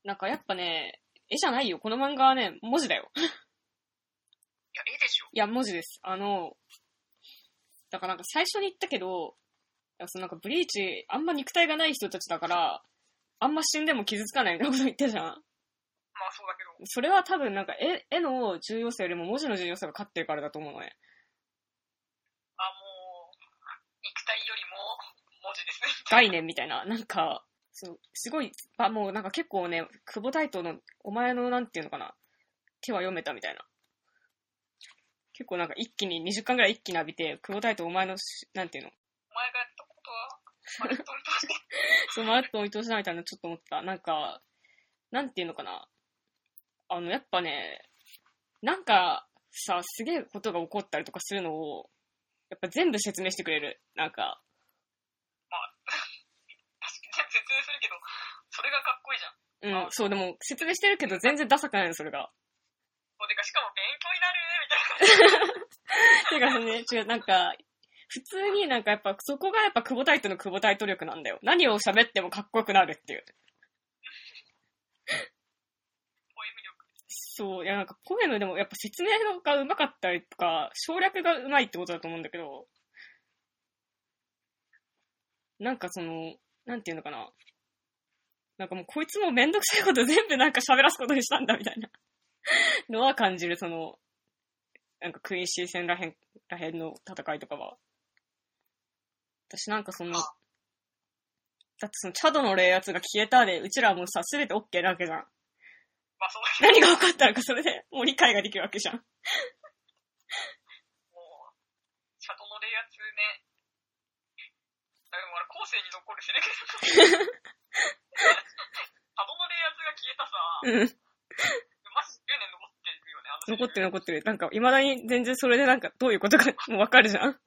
Speaker 1: なんかやっぱね、絵じゃないよ。この漫画はね、文字だよ。
Speaker 2: いや、ええでしょ。
Speaker 1: いや、文字です。あの、だからなんか最初に言ったけど、いやそのなんかブリーチ、あんま肉体がない人たちだから、あんま死んでも傷つかないみたいなこと言ったじゃん。
Speaker 2: まあそうだけど。
Speaker 1: それは多分なんか絵絵の重要性よりも文字の重要性が勝ってるからだと思うのね。
Speaker 2: あ、もう、肉体よりも文
Speaker 1: [LAUGHS]
Speaker 2: 字ですね。
Speaker 1: 概念みたいな、なんか、そうすごい、あもうなんか結構ね、久保大統のお前のなんていうのかな、手は読めたみたいな。結構なんか一気に、20巻ぐらい一気に浴びて、久保大統お前のし、なんていうの、
Speaker 2: お前がやったことは、あれ、とんとして。
Speaker 1: そのまるっとおいとしなみたいなのちょっと思った。なんか、なんていうのかな。あの、やっぱね、なんかさ、すげえことが起こったりとかするのを、やっぱ全部説明してくれる。なんか、
Speaker 2: 確かに説明するけど、それがかっこいいじゃん。
Speaker 1: うん、そう、でも、説明してるけど、全然ダサくないの、それが。
Speaker 2: もうてか、しかも勉強になるみたい
Speaker 1: て
Speaker 2: な。
Speaker 1: かね、 [LAUGHS] 違う、なんか、普通になんかやっぱ、そこがやっぱ、久保タイトの久保タイト力なんだよ。何を喋ってもかっこよくなるっていう。
Speaker 2: ポ力。
Speaker 1: そう、いやなんか声のでもやっぱ説明がうまかったりとか、省略がうまいってことだと思うんだけど、なんかその、なんていうのかな。なんかもうこいつもめんどくさいこと全部なんか喋らすことにしたんだみたいなのは感じる、その、なんかクイーンシー戦らへん、らへんの戦いとかは。私なんかその、だってそのチャドの霊圧が消えたで、うちらはもうさ、すべて OK なわけじゃん。
Speaker 2: まあ、その
Speaker 1: 何
Speaker 2: 辺
Speaker 1: が起こったのかそれでもう理解ができるわけじゃん。
Speaker 2: もう、シャドの冷圧ね。だからもうあれ、後世に残
Speaker 1: [LAUGHS]
Speaker 2: るしね。シャドの冷圧が消えたさ、
Speaker 1: うん。
Speaker 2: マジ10年残ってるよね、あの
Speaker 1: 残って
Speaker 2: [LAUGHS] る。
Speaker 1: る残ってる。なんか未だに全然それでなんかどういう [LAUGHS] ことかもうわかるじゃん。
Speaker 2: そう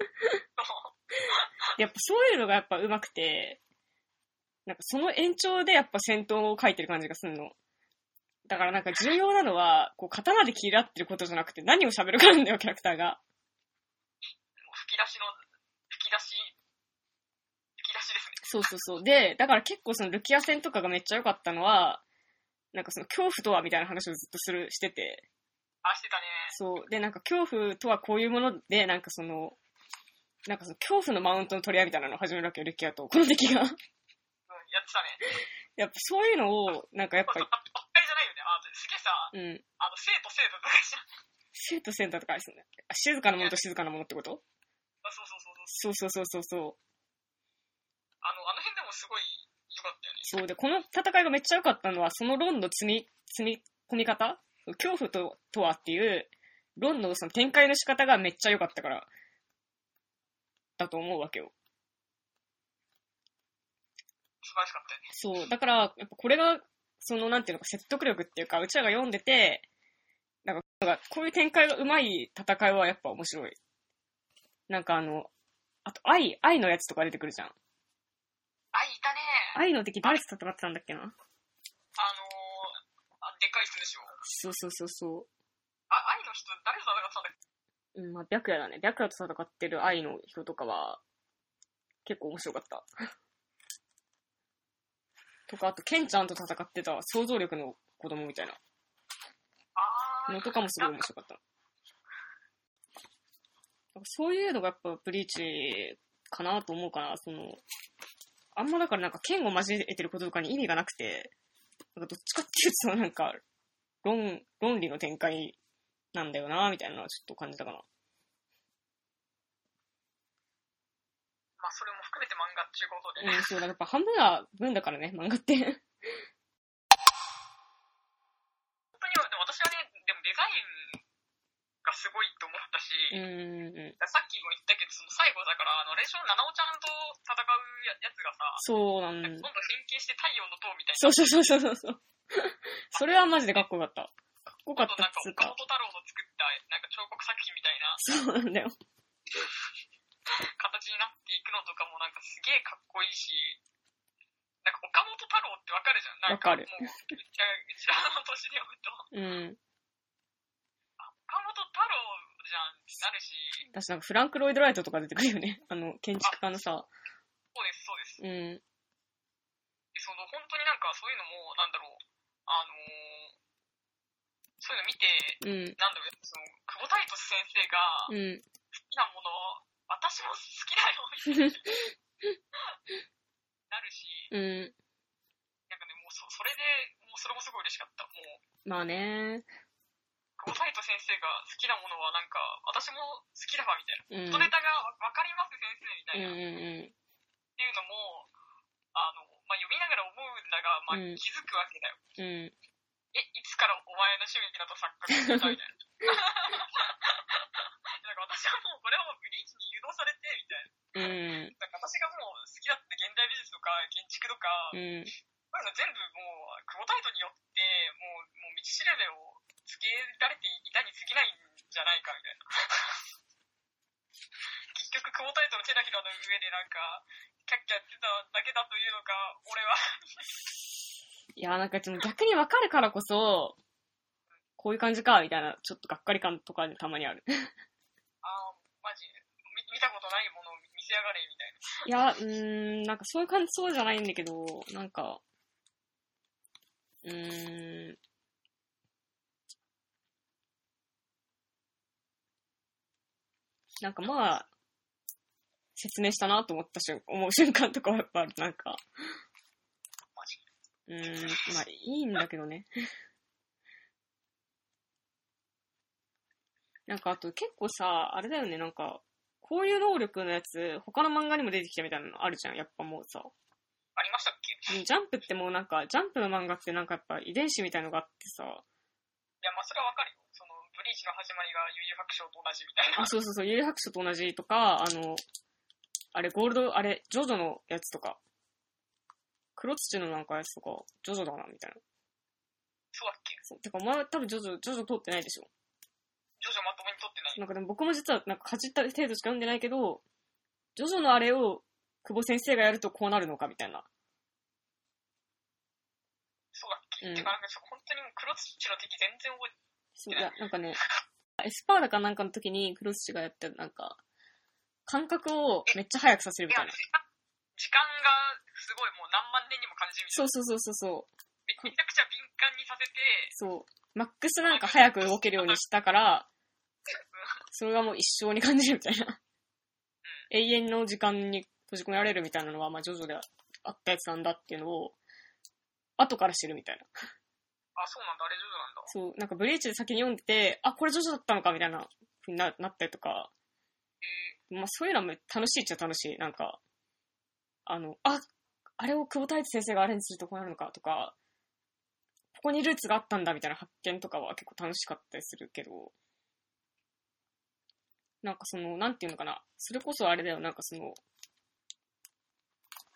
Speaker 1: やっぱそういうのがやっぱ上手くて、なんかその延長でやっぱ戦闘を書いてる感じがするの。だからなんか重要なのは、こう刀で切り合ってることじゃなくて何を喋るかなんだよ、キャラクターが。
Speaker 2: もう吹き出しの、吹き出し、吹き出しですね。
Speaker 1: そうそうそう。で、だから結構そのルキア戦とかがめっちゃ良かったのは、なんかその恐怖とはみたいな話をずっとする、してて。
Speaker 2: あ、してたね。
Speaker 1: そう。で、なんか恐怖とはこういうもので、なんかその、なんかその恐怖のマウントの取り合いみたいなのを始めるわけよ、ルキアと。この敵が。 [LAUGHS]
Speaker 2: うん、やってたね。
Speaker 1: やっぱそういうのを、なんかやっ
Speaker 2: こ
Speaker 1: ぱ
Speaker 2: ればっかりじゃないよね。あ、すげえさ、あ
Speaker 1: り、うん。
Speaker 2: の、生徒生徒とかじゃん。 [LAUGHS]
Speaker 1: 生徒センターとかあれですよね。あ静かなものと静かなものってこと
Speaker 2: あそうそうそうそう。
Speaker 1: そうそうそうそうそう。
Speaker 2: あの、あの辺でもすごい良かったよね。
Speaker 1: そうで、この戦いがめっちゃ良かったのは、その論の積み、積み込み方恐怖ととはっていう、論のその展開の仕方がめっちゃ良かったから、だと思うわけよ。
Speaker 2: 素晴らしかったよね。
Speaker 1: そう、だから、やっぱこれが、その、なんていうのか、説得力っていうか、うちらが読んでて、なんか、なんかこういう展開がうまい戦いはやっぱ面白い。なんかあの、あと、愛、愛のやつとか出てくるじゃん。
Speaker 2: あ、いたね
Speaker 1: 愛の敵誰と戦ってたんだっけな
Speaker 2: あのー、あでっかい人でしょ。
Speaker 1: そうそうそうそ
Speaker 2: あ、愛の人、誰と戦ってたんだっけ
Speaker 1: う。うん、まあ、白夜だね。白夜と戦ってる愛の人とかは、結構面白かった。 [LAUGHS] とか、あと、ケンちゃんと戦ってた想像力の子供みたい
Speaker 2: あ
Speaker 1: な
Speaker 2: ー、
Speaker 1: のとかもすごい面白かった。なんかそういうのがやっぱブリーチかなと思うかな。その、あんまだからなんか剣を交えてることとかに意味がなくて、なんかどっちかっていうとそのなんか、論、論理の展開なんだよな、みたいなのはちょっと感じたかな。
Speaker 2: まあ、それも含めて漫画っちゅうことで。
Speaker 1: うん、そうだ、やっぱ半分は文だからね、漫画って。
Speaker 2: 本当に、でも私はね、でもデザインがすごいと思ったし、
Speaker 1: うん、うん。
Speaker 2: さっきも言ったけど、その最後だから、あの、レーション、ナナオちゃんと戦うややつがさ、
Speaker 1: そうなん
Speaker 2: どんどん変形して太陽の塔みたい
Speaker 1: そうそうそうそうそうそう。それはマジでかっこよかった。かっこよか
Speaker 2: な、
Speaker 1: っ
Speaker 2: あ
Speaker 1: たっ
Speaker 2: となんか
Speaker 1: つう
Speaker 2: 岡
Speaker 1: か。
Speaker 2: 本太郎の作った、なんか彫刻作品みたいな
Speaker 1: そうなんだよ。
Speaker 2: 形になっていくのとかもなんかすげえかっこいいし、なんか岡本太郎ってわかるじゃん。なん
Speaker 1: わかる
Speaker 2: もう、うちらうちらの年で読む
Speaker 1: うん。
Speaker 2: と、岡本太郎じゃんってなるし、
Speaker 1: 私なんかフランク・ロイド・ライトとか出てくるよね。あ [LAUGHS] の、建築家のさ。
Speaker 2: そうです、そうです。
Speaker 1: うん。
Speaker 2: でその本当になんかそういうのも、なんだろう、あのーそういうの見て、
Speaker 1: うん。
Speaker 2: なんだろう、その、久保太斗先生が好
Speaker 1: うん。
Speaker 2: きなもの、私も好きだよ、みたいな、なるし、
Speaker 1: うん。
Speaker 2: なんかね、もうそそれで、もうそれもすごい嬉しかった。もう、
Speaker 1: まあね。
Speaker 2: 久保太斗先生が好きなものはなんか、私も好きだわ、みたい
Speaker 1: うん。うん
Speaker 2: な。元ネタがわかります、先生、みた
Speaker 1: うん
Speaker 2: いな。
Speaker 1: う
Speaker 2: っていうのも、あの、まあ、読みながら思うんだが、まあ、
Speaker 1: うん
Speaker 2: 気づくわけだよ。
Speaker 1: ん。うん。
Speaker 2: え、いつからお前の趣味だと錯覚してたみたい
Speaker 1: [LAUGHS]
Speaker 2: な。[LAUGHS] なんか私はもう、これはもうブリーチに誘導されて、みたい
Speaker 1: うん。
Speaker 2: な。なんか私がもう好きだった現代美術とか建築とか、
Speaker 1: うん。
Speaker 2: そういうの全部もう、久保タイトによって、もう、もう道しるべをつけられていたに過ぎないんじゃないか、みたいな。 [LAUGHS] 結局、久保タイトの手のひらの上でなんか、キャッキャやってただけだというのか、俺は。
Speaker 1: いや、なんかでも逆にわかるからこそ、こういう感じか、みたいな、ちょっとがっかり感とかねたまにある。
Speaker 2: あー、マジ見見たことないものを見せやがれ、みたい
Speaker 1: いや、うー
Speaker 2: な。
Speaker 1: ん、なんかそういう感じそうじゃないんだけど、なんか、うーん、なんかまあ、説明したなと思った瞬、思う瞬間とかはやっぱなんか、
Speaker 2: マジで。
Speaker 1: うーん、まあいいんだけどね。 [LAUGHS] なんかあと結構さ、あれだよね、なんか、こういう能力のやつ、他の漫画にも出てきたみたいなのあるじゃん、やっぱもうさ。
Speaker 2: ありましたっけ
Speaker 1: ジャンプってもうなんか、ジャンプの漫画ってなんかやっぱ遺伝子みたいのがあってさ、
Speaker 2: いや、まあ、それはわかるよ。その、ブリーチの始まりが悠々白書と同じみたいな。
Speaker 1: あ、そうそうそう、幽遊白書と同じとか、あの、あれ、ゴールド、あれ、ジョジョのやつとか、黒土のなんかやつとか、ジョジョだな、みたいな。
Speaker 2: そうだっけ
Speaker 1: そうてか、お前は多分ジョジョ、ジョジョ通ってないでしょ。
Speaker 2: ジョジョまともに撮ってない。
Speaker 1: なんかでも僕も実はなんかかじった程度しか読んでないけど、ジョジョのあれを久保先生がやるとこうなるのか、みたいな。
Speaker 2: そうだっけ、
Speaker 1: うん
Speaker 2: てか、なんかそう、本当にもう黒土の敵全然覚えて
Speaker 1: そういや、なんかね、エスパーだかなんかの時に黒土がやったなんか、感覚をめっちゃ速くさせるみたい
Speaker 2: な
Speaker 1: な。
Speaker 2: い。時間時間がすごいもう何万年にも感じるみた
Speaker 1: そ
Speaker 2: いう
Speaker 1: そうそうそうそう。
Speaker 2: な。めちゃくちゃ敏感にさせて、
Speaker 1: そう。マックスなんか早く動けるようにしたから、それがもう一生に感じるみたいな。永遠の時間に閉じ込められるみたいなのは、まあ、ジョジョであったやつなんだっていうのを、後から知るみたいな。
Speaker 2: あ、そうなんだ、あれジョジョなん
Speaker 1: そ
Speaker 2: だ。
Speaker 1: う、なんかブリーチで先に読んでて、あ、これジョジョだったのかみたいな風にななったりとか、
Speaker 2: え
Speaker 1: まあそういうのも楽しいっちゃ楽しい。なんか、あの、あ、あれを久保太一先生がアレンジするとこうなるのかとか、ここにルーツがあったんだみたいな発見とかは結構楽しかったりするけど、なんかその、なんていうのかな、それこそあれだよ、なんかその、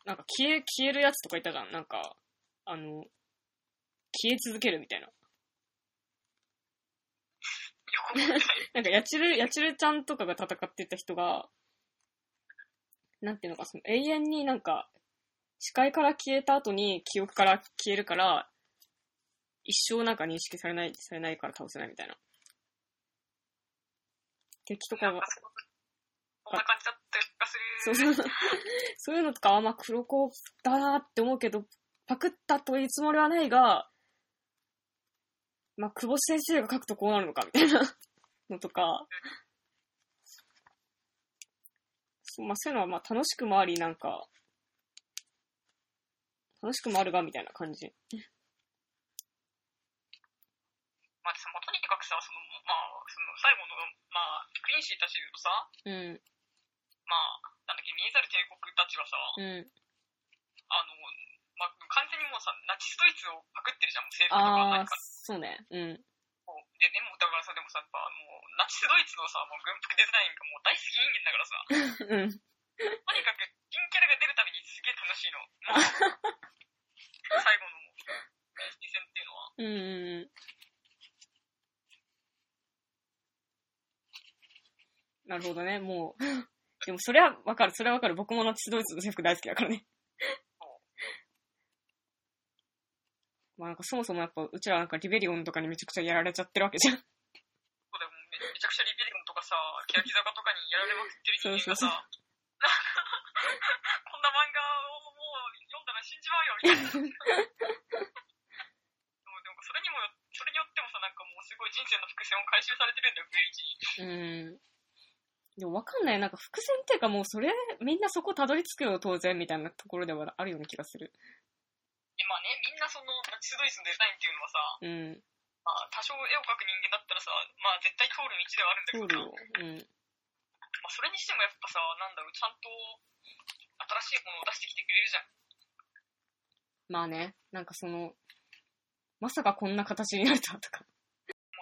Speaker 1: なんか消え、消えるやつとかいたじゃん、なんか、あの、消え続けるみたいな。
Speaker 2: ー、 [LAUGHS] よく覚えてない。
Speaker 1: [LAUGHS] なんか、やちる、やちるちゃんとかが戦ってた人が、なんていうのか、その永遠になんか、視界から消えた後に記憶から消えるから、一生なんか認識されない、されないから倒せないみたいな。敵とか
Speaker 2: なん
Speaker 1: は
Speaker 2: か、そんなそんな感じだった気がす
Speaker 1: そう
Speaker 2: る。
Speaker 1: そう。 [LAUGHS] そういうのとかは、まあ、黒子だなって思うけど、パクったというつもりはないが、まあ、久保先生が書くとこうなるのか、みたいな [LAUGHS] のとか、そうまあ、そういうのは、まあ、楽しくもあり、なんか、楽しくもあるが、みたいな感じ。
Speaker 2: まあ、さまあとにかくさ、その、まあ、その、最後の、まあ、クインシーたちのさ、
Speaker 1: うん、
Speaker 2: まあ、なんだっけ、見えざる帝国たちがさ、
Speaker 1: うん。
Speaker 2: あの、まあ、完全にもうさ、ナチスドイツをパクってるじゃん、もう制服とか
Speaker 1: ああ
Speaker 2: なんか、。
Speaker 1: そうね。うん。
Speaker 2: こうで、でもだからさ、でもさ、やっぱもう、ナチスドイツのさ、もう軍服デザインがもう大好き人間だからさ、
Speaker 1: うん。
Speaker 2: とにかく、ピンキャラが出るたびにすげえ楽しいの。もう最後の、人戦っていうのは。
Speaker 1: うんうんうん。なるほどね、もう。でもそれはわかる、それはわかる。僕もナチスドイツの制服大好きだからね
Speaker 2: そう。
Speaker 1: まあなんかそもそもやっぱうちらなんかリベリオンとかにめちゃくちゃやられちゃってるわけじゃん。
Speaker 2: そうだよ、もうめめちゃくちゃリベリオンとかさ、欅坂とかにやられまくってる人間が
Speaker 1: そうそうそう
Speaker 2: さ、こんな漫画をもう読んだら死んじまうよ、みたいな。でもでもそれにもよ、それによってもさ、なんかもうすごい人生の伏線を回収されてる
Speaker 1: う
Speaker 2: んだよ、ブリーチに。
Speaker 1: ん。でもわかんない。なんか伏線っていうかもうそれ、みんなそこたどり着くよ当然みたいなところではあるような気がする。
Speaker 2: でまあね、みんなその、ナチスドイツのデザインっていうのは
Speaker 1: うん。
Speaker 2: さ、まあ、多少絵を描く人間だったらさ、まあ、絶対通る道ではあるんだ
Speaker 1: そ
Speaker 2: け
Speaker 1: うだよ。うん。
Speaker 2: どさまあ、それにしてもやっぱさ、なんだろう、ちゃんと新しいものを出してきてくれるじゃん。
Speaker 1: まあね、なんかその、まさかこんな形になるとはとか。
Speaker 2: も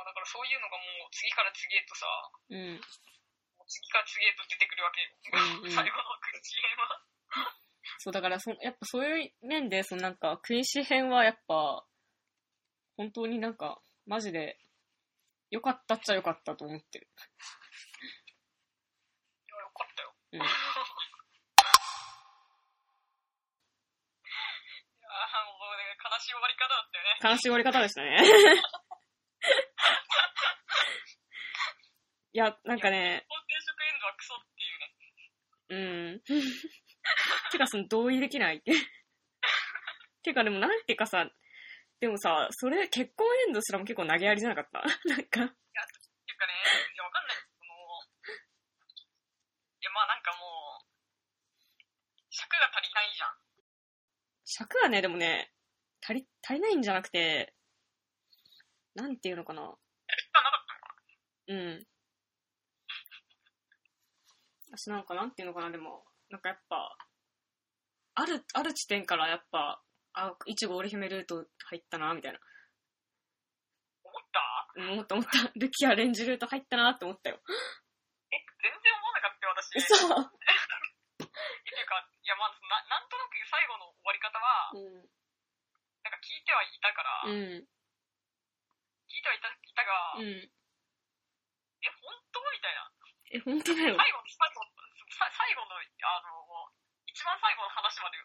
Speaker 2: うだからそういうのがもう、次から次へとさ、
Speaker 1: うん。
Speaker 2: もう次から次へと出てくるわけよ。
Speaker 1: うんうん
Speaker 2: 最後のクイチ編は。
Speaker 1: そう、だからそ、やっぱそういう面で、そのなんか、クインシー編はやっぱ、本当になんか、マジで、良かったっちゃ良かったと思ってる。
Speaker 2: いや、よかったよ。
Speaker 1: うん
Speaker 2: いやーもうね、悲しい終わり方だったよね。
Speaker 1: 悲しい終わり方でしたね。いや、なんかね、
Speaker 2: 肯定色エンドはクソっていう
Speaker 1: う
Speaker 2: ね。
Speaker 1: ん。てか、その、同意できない。てか、でも、なんていうかさ、でもさ、それ、結婚エンドすらも結 [LAUGHS] 構投げやりじゃなかったなんか、
Speaker 2: っていうかね、いや、わかんない。その、尺が足りないじゃん。
Speaker 1: 尺はね、でもね、足り、足りないんじゃなくて、なんていうのかな。
Speaker 2: 尺がなかったのか
Speaker 1: うん。私なんかなんていうのかな、でも、なんかやっぱ、ある、ある地点からやっぱ、あ、いちご織姫ルート入ったな、みたいな。
Speaker 2: 思った
Speaker 1: うん思った思った。ルキアレンジルート入ったなって思ったよ。
Speaker 2: え、全然思わなかったよ、私。
Speaker 1: 嘘
Speaker 2: っていうか、いや、まあな、なんとなく最後の終わり方は、
Speaker 1: う
Speaker 2: なんか聞いてはいたから、
Speaker 1: ん。うん。
Speaker 2: 聞いてはいたいたが、
Speaker 1: うん。
Speaker 2: え、本当みたいな。
Speaker 1: え、本当だ
Speaker 2: 最
Speaker 1: よ
Speaker 2: 後。の、最後、さ最後の、あの、もう一番最後の話まで疑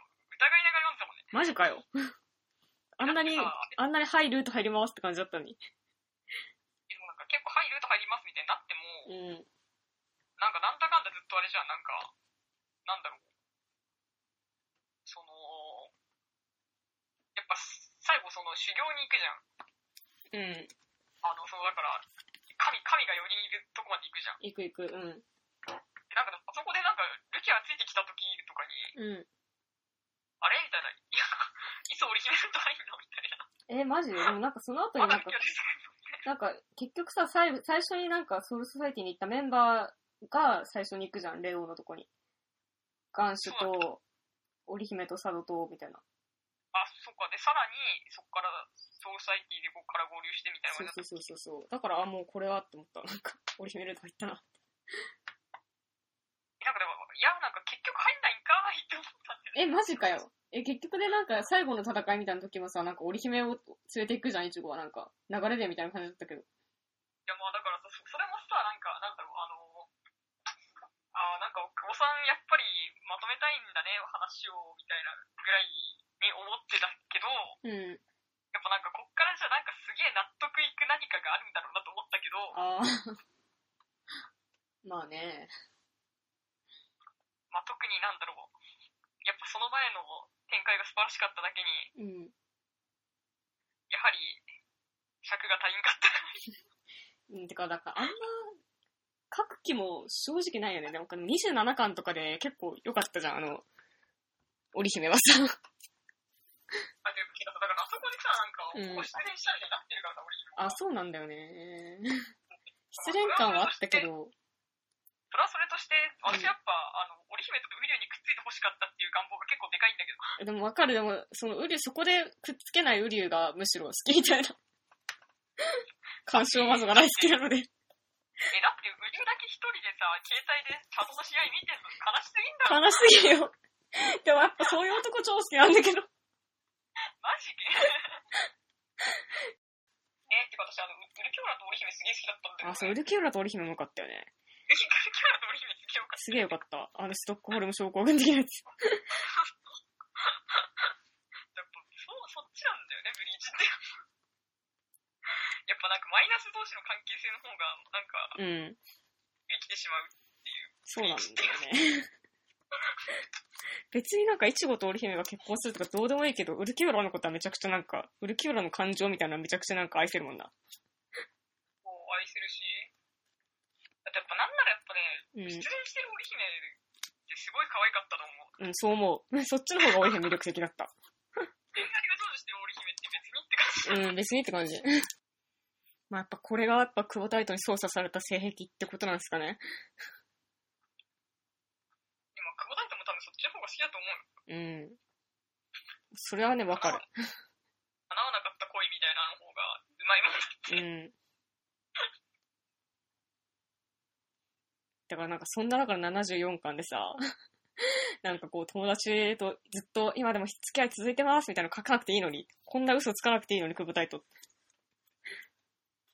Speaker 2: いながら読んでたもんね。
Speaker 1: マジか [LAUGHS] よ。あんなに
Speaker 2: だって、さ
Speaker 1: あんなにはいルート入りますって感じだったのに。
Speaker 2: でもなんか結構、はい、ルート入りますみたいになっても、
Speaker 1: うん。
Speaker 2: なんかなんだかんだずっとあれじゃん、なんか、なんだろう。その、やっぱ最後その修行に行
Speaker 1: うん。
Speaker 2: くじゃん。あの、そのだから、神、神が4人いるとこまで行くじゃん。
Speaker 1: 行く行く。うん。
Speaker 2: でなんか、あそこでなんか、ルキアがついてきた時とか
Speaker 1: うん。
Speaker 2: に、あれみたいな、いや、いつオリジナルと入んのみたい
Speaker 1: え、マジででも
Speaker 2: な。
Speaker 1: なんかその後に
Speaker 2: ま
Speaker 1: な
Speaker 2: だ
Speaker 1: んか
Speaker 2: ルキア、です。
Speaker 1: なんか結局さ、最後最初になんかソウルソサイティに行ったメンバーが最初に行くじゃん、レオのとこに。ガンシュと、織姫とサドと、みたいな。
Speaker 2: あ、そっか。で、さらに、そっから、ソウルサイティでここから合流してみた
Speaker 1: そ
Speaker 2: いうな
Speaker 1: そう
Speaker 2: 感じだった。
Speaker 1: そうそうそう。だから、あ、もうこれはって思った。なんか、織姫ルート入ったな。
Speaker 2: なんかでも、いや、なんか結局入んないんかーいって思ったんだ
Speaker 1: え、マジか
Speaker 2: よね。
Speaker 1: よ。え、結局でなんか最後の戦いみたいな時もさ、なんか織姫を連れていくじゃん、イチゴはなんか。流れでみたいな感じだったけど。
Speaker 2: いや、まあだからさ、そそれもさ、なんか、なんだろう、あの、あーなんか、お久保さん、やっぱり、まとめたいんだね、話を、みたいなぐらいに思ってたけど、
Speaker 1: うん。
Speaker 2: やっぱなんか、こっからじゃ、なんかすげえ納得いく何かがあるんだろうなと
Speaker 1: あ [LAUGHS] あ。ま
Speaker 2: 思ったけど、
Speaker 1: あね。
Speaker 2: まあ特になんだろう、やっぱその前の展開が素晴らしかっただけに、
Speaker 1: うん。
Speaker 2: やはり、尺が足りんかった。
Speaker 1: うん、てか、だからあんな、各期も正直ないよね。なんか27巻とかで結構良かったじゃん、あの、織姫はさ。
Speaker 2: [LAUGHS] あ、でも、けどさだからあそこでさ、なんか、
Speaker 1: うん
Speaker 2: こう失恋したみたいになってるからさ、俺今。
Speaker 1: あ、そうなんだよね。失恋感はあったけど、
Speaker 2: それはそれとして、
Speaker 1: うん
Speaker 2: 私やっぱ、あの、織姫とウリュウにくっついてほしかったっていう願望が結構でかいんだけど、
Speaker 1: でもわかる、でも、その、ウリュ、そこでくっつけないウリュがむしろ好きみたい [LAUGHS] な。干渉技が大好きなので。
Speaker 2: え、だってウリュウだけ一人でさ、携帯でチャトの試合見てんの悲しすぎんだろ、
Speaker 1: 悲しすぎるよ。 [LAUGHS] でもやっぱそういう男超好きなんだけど。
Speaker 2: マジで。 [LAUGHS] え、ってか私、あの、ウルキョーラと織姫すげえ好きだったんだよ、ね。
Speaker 1: あ、そう、
Speaker 2: [LAUGHS]
Speaker 1: ウルキューラと織姫もよかったよね。
Speaker 2: ウルキョーラと織姫すげえよかった。
Speaker 1: すげえよかった。あの、ストックホルム症候群的なやつ。
Speaker 2: やっぱ、そう、そっちなんだよね、ブリーチって。 [LAUGHS] やっぱなんかマイナス同士の関係性の方が、なんか、
Speaker 1: うん。
Speaker 2: 生きてしまう。
Speaker 1: そうなんだよ [LAUGHS] ね。別になんか、イチゴと織姫が結婚するとかどうでもいいけど、ウルキューラのことはめちゃくちゃなんか、ウルキューラの感情みたいなのめちゃくちゃなんか愛せるもんな。
Speaker 2: もう愛するし。だってやっぱなんならやっぱね、
Speaker 1: うん。
Speaker 2: 出演してる織姫ってすごい可愛かったと思う。
Speaker 1: うん、そう思う。 [LAUGHS] そっちの方が織姫魅力的だった。
Speaker 2: 恋愛が成就してる織姫って別にって感じ。
Speaker 1: うん、別にって感じ。 [LAUGHS] まあやっぱこれがやっぱ久保タイトに操作された性癖ってことなんですかね。
Speaker 2: 今、久保大斗も多分そっちの方が好きだと思うよ。
Speaker 1: うん。それはね、わかる。
Speaker 2: 叶わなかった恋みたいなの方がうまいもんだって。
Speaker 1: うん。だからなんかそんな中の74巻でさ、 [LAUGHS] なんかこう友達とずっと今でも付き合い続いてますみたいなの書かなくていいのに、こんな嘘つかなくていいのに、久保タイト。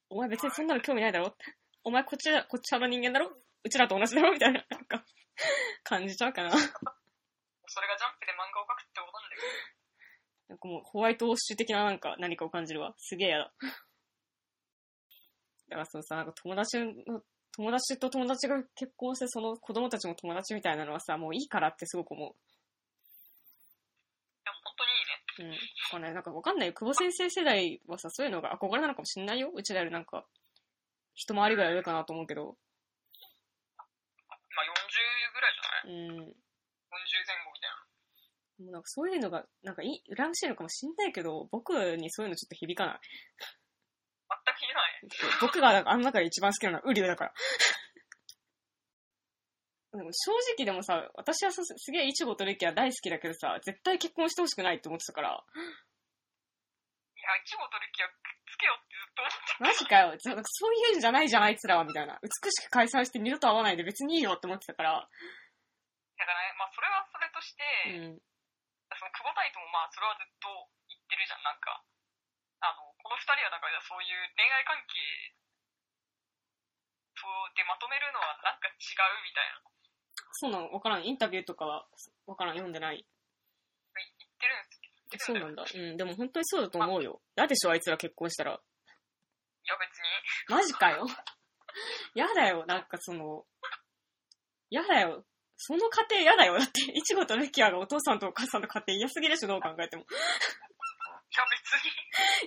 Speaker 1: お前別にそんなの興味ないだろお前こっちら、こっち派の人間だろうちらと同じだろみたいな、なんか、感じちゃうかな。
Speaker 2: [LAUGHS] それがジャンプで漫画を描くってことなんだけど。
Speaker 1: なんかもうホワイトウォッシュ的ななんか何かを感じるわ。すげえやだ。 [LAUGHS] だからそのさ、なんか友達の、友達と友達が結婚してその子供たちも友達みたいなのはさ、もういいからってすごく思
Speaker 2: でも本当にいいね。
Speaker 1: う。うん。だからね、なんかわかんないよ。久保先生世代はさ、そういうのが憧れなのかもしんないよ。うちらよりなんか、一回りぐらい上かなと思うけど。
Speaker 2: まあ40ぐらいじゃない
Speaker 1: うん。
Speaker 2: ?40 前後みたいな。
Speaker 1: もうなんかそういうのが、なんかいい、羨ましいのかもしんないけど、僕にそういうのちょっと響かない。
Speaker 2: 全く響かない。
Speaker 1: 僕がなんかあの中で一番好きなのはウリュウだから。 [LAUGHS] でも正直でもさ、私はさすすげえイチゴとレキは大好きだけどさ、絶対結婚してほしくないって思ってたから、
Speaker 2: いや、一号とる気はくっつけよってずっと思ってた。
Speaker 1: マジかよ、ずなんかそういうんじゃないじゃん、あいつらは、みたいな。美しく解散して二度と会わないで別にいいよって思ってたから、
Speaker 2: だからね、まあそれはそれとし
Speaker 1: うん、
Speaker 2: て、その久保イともまあそれはずっと言ってるじゃん、なんか。あの、この二人はだからそういう恋愛関係そうでまとめるのはなんか違うみたいな。
Speaker 1: そうなの、わからん。インタビューとかは、わからん、読んでない。
Speaker 2: 言ってるんですけど。
Speaker 1: そうなん
Speaker 2: い
Speaker 1: だ。うん、でも本当にそうだと思うよ。嫌でしょ、あいつら結婚したら。
Speaker 2: や別に。
Speaker 1: マジかよ。やだよ、なんかその、やだよ。その家庭やだよ。だって、いちごとレキアがお父さんとお母さんの家庭嫌すぎでしょ、どう考えても。
Speaker 2: いや別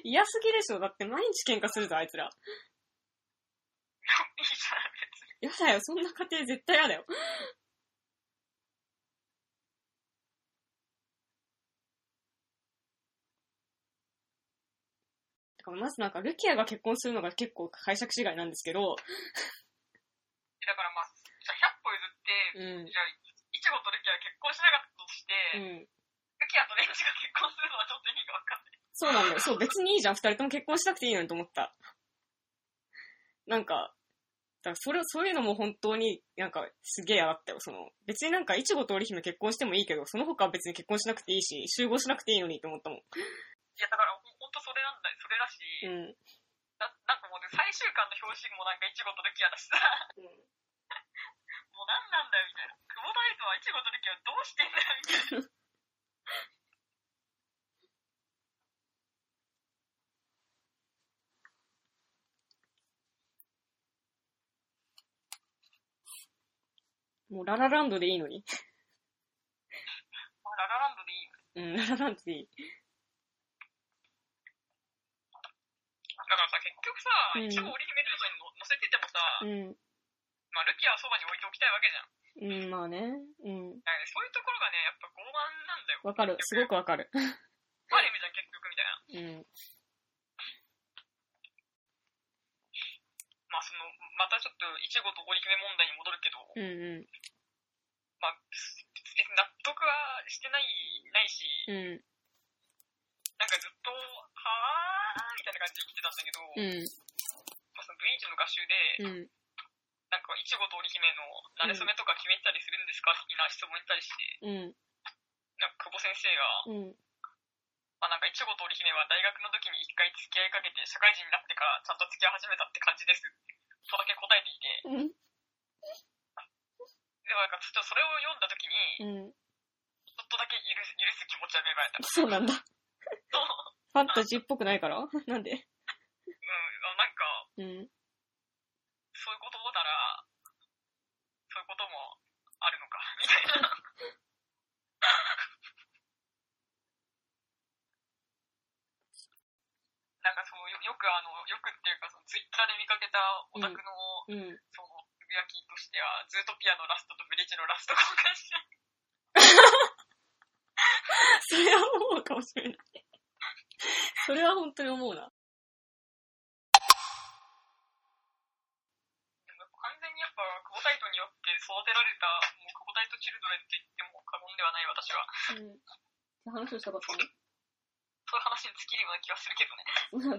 Speaker 2: に。
Speaker 1: 嫌すぎでしょ、だって毎日喧嘩するぞ、あいつら。
Speaker 2: い [LAUGHS] や、いいじゃん、別に。
Speaker 1: やだよ、そんな家庭絶対やだよ。だからまずなんか、ルキアが結婚するのが結構解釈違いなんですけど、
Speaker 2: だからまあ、じゃあ
Speaker 1: う
Speaker 2: 100歩譲って、
Speaker 1: ん
Speaker 2: じ、ゃあ、いちごとレキアが結婚しなかったとして、
Speaker 1: うん。
Speaker 2: ルキアとレンチが結婚するのはちょっと意味が分かんない。
Speaker 1: そうなんだよ。そう、別にいいじゃん。二人とも結婚しなくていいのにと思った。なんか、だからそれ、そういうのも本当になんかすげえ嫌だったよ。その、別になんか、いちごと織姫結婚してもいいけど、その他は別に結婚しなくていいし、集合しなくていいのにと思ったもん。
Speaker 2: いや、だからほんほんとそれなんだよ、それだし、
Speaker 1: うん。
Speaker 2: ななんかもうね最終巻の表紙もなんかいちごとルキアだしさ、 [LAUGHS]
Speaker 1: うん
Speaker 2: もうなんなんだよみたいな。久保大とはいちごとルキアどうしてんだよみたいな。
Speaker 1: もうララランドでいいのに。
Speaker 2: まあ、ララランドでいいよ。
Speaker 1: うん、ララランドでいい。
Speaker 2: だからさ、結局さ、
Speaker 1: うん
Speaker 2: いちご織姫ルートにの乗せててもさ、
Speaker 1: うん。
Speaker 2: まあ、ルキアはそばに置いておきたいわけじゃん。
Speaker 1: うん、まあね。うん。
Speaker 2: だからね、そういうところがね、やっぱ傲慢
Speaker 1: わかる。
Speaker 2: なんだよ。
Speaker 1: すごく
Speaker 2: く。
Speaker 1: わかる。
Speaker 2: アニメじゃ
Speaker 1: うん。
Speaker 2: ん、結局みたいな。まあ、その、またちょっと、いちごと織姫問題に戻るけど、
Speaker 1: うんう
Speaker 2: まあ、別に納得はしてない、ないし、
Speaker 1: ん。う
Speaker 2: なんかずっと、はぁーみたいな感じで聞いてたんだけど、
Speaker 1: ん。う
Speaker 2: まあ、そのブリーチの歌集
Speaker 1: ん。うん。
Speaker 2: で、なんか、いちごと織姫の馴れ初めとか決めてたりするんですか的な質問に対して、
Speaker 1: うん。
Speaker 2: なんか、久保先生
Speaker 1: う
Speaker 2: が、
Speaker 1: ん。
Speaker 2: まあ、なんか、いちごと織姫は大学の時に一回付き合いかけて、社会人になってからちゃんと付き合い始めたって感じです。とだけ答え
Speaker 1: うん。
Speaker 2: ていて、でもなんか、ちょっとそれを読んだ時に、
Speaker 1: うん。
Speaker 2: ちょっとだけ許す許す気持ちは芽生えた。
Speaker 1: そうなんだ。
Speaker 2: そ
Speaker 1: ファンタ
Speaker 2: う
Speaker 1: ジーっぽくないからなんで
Speaker 2: うん、なん
Speaker 1: うん。
Speaker 2: か、そういうことなら、そういうこともあるのか、みたいな。 [LAUGHS] なんかそうよ、よくあの、よくっていうか、そのツイッターで見かけたオタクの、
Speaker 1: うん。
Speaker 2: その、つぶやきとしては、ズートピアのラストとブリッジのラスト交換して、
Speaker 1: それは思うかもしれない。それは本当に思うな。
Speaker 2: でも完全にやっぱ、クボタイトによって育てられた、もうクボタイトチルドレンと言っても過言ではない私は、
Speaker 1: うん。って話をしたかった
Speaker 2: そういう話に尽きるよ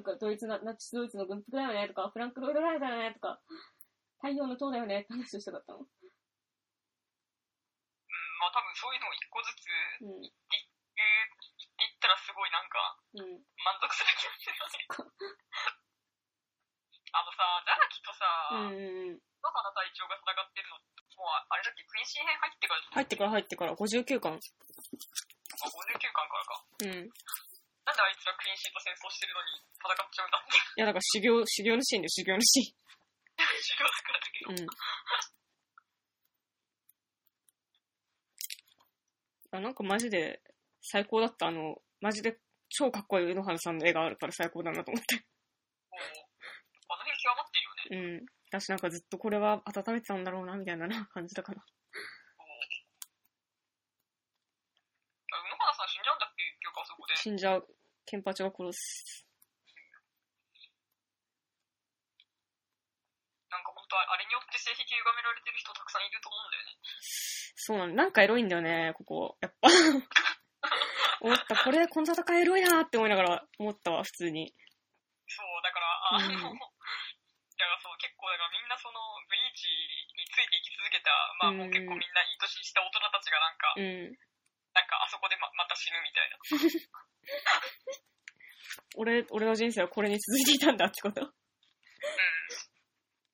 Speaker 2: うな気がするけどね。
Speaker 1: ね。なんか、ドイツな、ナチスドイツの軍服だよねとか、フランク・ロイド・ライダーだよねとか、太陽の塔だよねって話をしたかったの。
Speaker 2: うん、まあ多分そういうのを一個ずつ、
Speaker 1: うん。
Speaker 2: 言っていったらすごいなんか
Speaker 1: うん。
Speaker 2: 満足する気がするよね。 [LAUGHS] あのさ、ザラキとさ、
Speaker 1: うん
Speaker 2: 野
Speaker 1: うんうん。
Speaker 2: 花隊長が戦ってるの、もうああれだっけ、クイシー編入ってから、
Speaker 1: 入ってから入ってから、59巻。
Speaker 2: あ59巻か
Speaker 1: うん。
Speaker 2: らか。なんであいつらクインシーと戦争してるのに戦っちゃうんだって、
Speaker 1: いや、だから修行、修行のシーンで修行のシ
Speaker 2: 修行だからだけ
Speaker 1: ー
Speaker 2: ど。
Speaker 1: ン。 [LAUGHS] うん。あ、なんかマジで最高だった。あの、マジで超かっこいい宇野原さんの絵があるから最高だなと思って。
Speaker 2: もう、あの辺極まってるよね。
Speaker 1: うん。私なんかずっとこれは温めてたんだろうな、みたいなな感じだから。
Speaker 2: もうあ宇野花
Speaker 1: 死んじゃう。ケンパチが殺す。
Speaker 2: なんか本当あれによって性癖歪められてる人たくさんいると思うんだよね。
Speaker 1: そうなの。なんかエロいんだよね、ここ。やっぱ。思った。これ、この戦いエロいなって思いながら思ったわ、普通に。
Speaker 2: そう、だから、あ
Speaker 1: うん
Speaker 2: の、だからそう、結構、だからみんなその、ブリーチについていき続けた、まあもう結構みんないい年した大人たちがなんか、
Speaker 1: うん。
Speaker 2: なんかあそこでままた死ぬみたいな。
Speaker 1: 俺、俺の人生はこれに続いていたんだってこと。
Speaker 2: うん。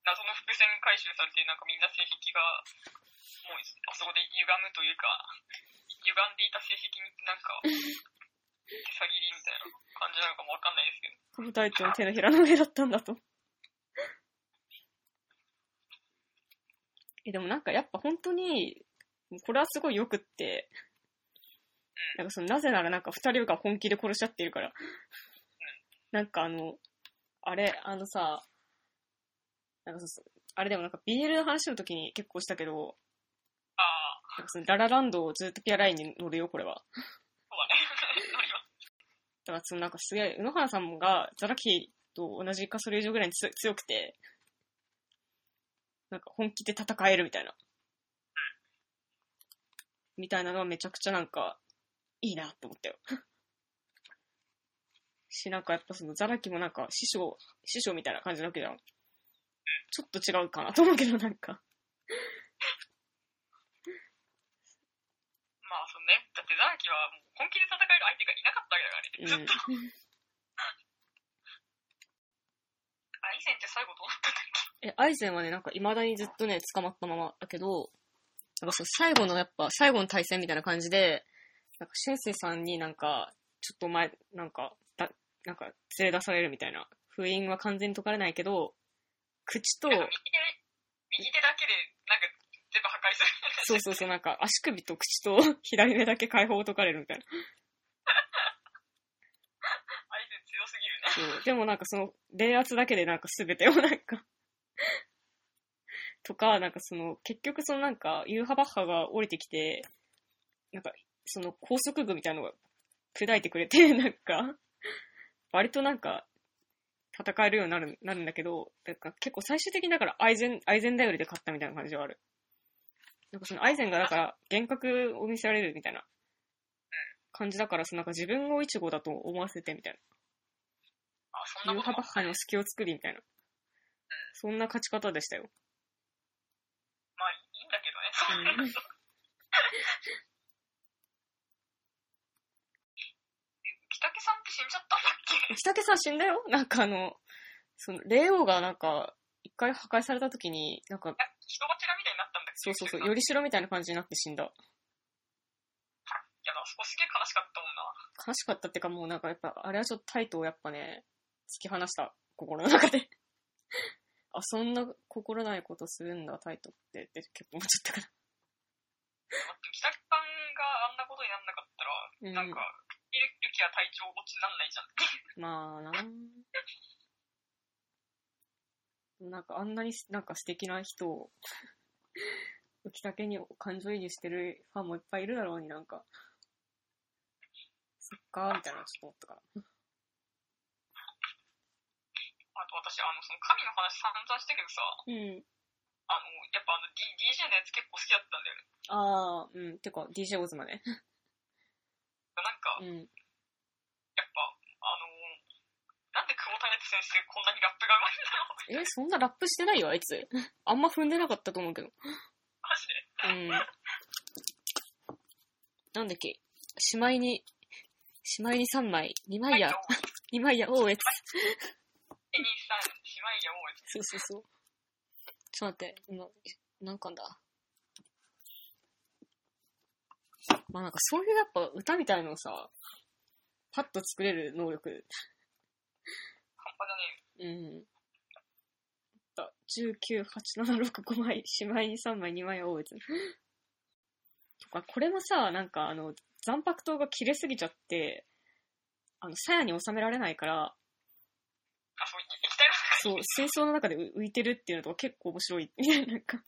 Speaker 2: 謎の伏線回収されて、なんかみんな性癖が、もうあそこで歪むというか、歪んでいた性癖になんか、手下ぎりみたいな感じなのかもわかんないですけど。
Speaker 1: 株隊長の手のひらの上だったんだと。え、でもなんかやっぱ本当に、これはすごいよくって、なんかその、なぜならなんか二人が本気で殺しちゃってるから。なんかあの、あれ、あのさ、なんかそあれでもなんか BL の話の時に結構したけど、
Speaker 2: ああ、
Speaker 1: なんかそのララランドをずっとピアラインに乗るよ、これは。
Speaker 2: そうだね。 [LAUGHS] 乗ります。
Speaker 1: だからそのなんかすげえ、宇野原さんがザラキと同じかそれ以上ぐらいにつ強くて、なんか本気で戦えるみたいな。みたいなのはめちゃくちゃなんか、いいなと思ったよ。 [LAUGHS] し、なんかやっぱそのザラキもなんか師匠、師匠みたいな感じなわけじゃん。ちょっと違うかなと思うけどなんか。
Speaker 2: まあ、そのね、だってザラキはもう本気で戦え
Speaker 1: う
Speaker 2: る相手がいなかったわけだから
Speaker 1: ん
Speaker 2: ね。ずっと。。アイセンって最後どうなったんだっけ
Speaker 1: え、アイゼンはね、なんか未だにずっとね、捕まったままだけど、なんかそう、最後のやっぱ、最後の対戦みたいな感じで、なんか、俊介さんになんか、ちょっとお前、なんか、だ、なんか、連れ出されるみたいな。封印は完全に解かれないけど、口と、
Speaker 2: なんか右手、右手だけで、なんか全部破壊する。
Speaker 1: そう
Speaker 2: [LAUGHS]
Speaker 1: そうそう、なんか、足首と口と [LAUGHS] 左目だけ解放を解かれるみたいな。
Speaker 2: アイセン強すぎるね。
Speaker 1: そうでもなんかその、冷圧だけでなんか全てをなんか、 [LAUGHS] とか、なんかその、結局そのなんか、ユーハバッハが降りてきて、なんか、その高速具みたいなのが砕いてくれて、 [LAUGHS] なんか、割となんか、戦えるようになるなるんだけど、なんか結構最終的にだからアイゼン、アイゼン頼りで勝ったみたいな感じはある。なんかそのアイゼンがだから幻覚を見せられるみたいな感じだから、そのなんか自分をイチゴだと思わせてみたいな。
Speaker 2: あ、そんな
Speaker 1: ユー
Speaker 2: こ
Speaker 1: ハ
Speaker 2: と
Speaker 1: バッ
Speaker 2: も。
Speaker 1: ハの隙を作りみたいな。そんな勝ち方でしたよ。
Speaker 2: まあ、いいんだけどね。そう
Speaker 1: うん
Speaker 2: [LAUGHS] 北家さんって死んじゃったんだっけ [LAUGHS]
Speaker 1: 下家さん死んだよ [LAUGHS] なんかあの、その、霊王がなんか、一回破壊された時に、なんか、
Speaker 2: なんか人柱みたいになったんだっ
Speaker 1: そ
Speaker 2: け
Speaker 1: うそうそう、
Speaker 2: い
Speaker 1: よりしろみたいな感じになって死んだ。
Speaker 2: や、あそこすげえ悲しかったもんな。
Speaker 1: 悲しかったってかもうなんかやっぱ、あれはちょっとタイトをやっぱね、突き放した、心の中で。 [LAUGHS] あ、そんな心ないことするんだ、タイトって、って結構思っちゃったか
Speaker 2: だって北家さんがあんなことになんなかったら、
Speaker 1: ら。
Speaker 2: なんか、ルルキア隊長落ちになんないじゃん。 [LAUGHS]
Speaker 1: まあななんかあんなになんか素敵な人を浮き竹に感情移入してるファンもいっぱいいるだろうになんかそっかーみたいなのちょっと思ったから
Speaker 2: あと私、あの、その神の話散々したけどさ、
Speaker 1: うん
Speaker 2: あの、やっぱあの、D、DJ のやつ結構好きだったんだよね。
Speaker 1: ああうんてか DJ オズマね
Speaker 2: なんか、
Speaker 1: うん
Speaker 2: やっぱ、あのなんで久保田悦先生こんなにラップが上手いんだろう
Speaker 1: えそんなラップしてないよあいつあんま踏んでなかったと思うけど
Speaker 2: マジで。
Speaker 1: うんなんだっけしまいにしまいに3枚2枚
Speaker 2: [LAUGHS]
Speaker 1: や
Speaker 2: はいどうも
Speaker 1: 2枚やおうえつ
Speaker 2: 1、2、3、姉妹やもう、
Speaker 1: そうそうそう。ちょっと待って、今、何巻だまあなんかそういうやっぱ歌みたいのをさ、パッと作れる能力。
Speaker 2: 半端じゃねえよ。
Speaker 1: うん。だ19、8、7、6、5枚、しまいに3枚、2枚多いです。とか、これもさ、なんかあの、残白刀が切れすぎちゃって、あの、鞘に収められないから、
Speaker 2: あ、そう、
Speaker 1: そ
Speaker 2: い液体の中
Speaker 1: う、水槽の中で浮いてるっていうのとか結構面白い。みたいな、なんか。
Speaker 2: 研ぎ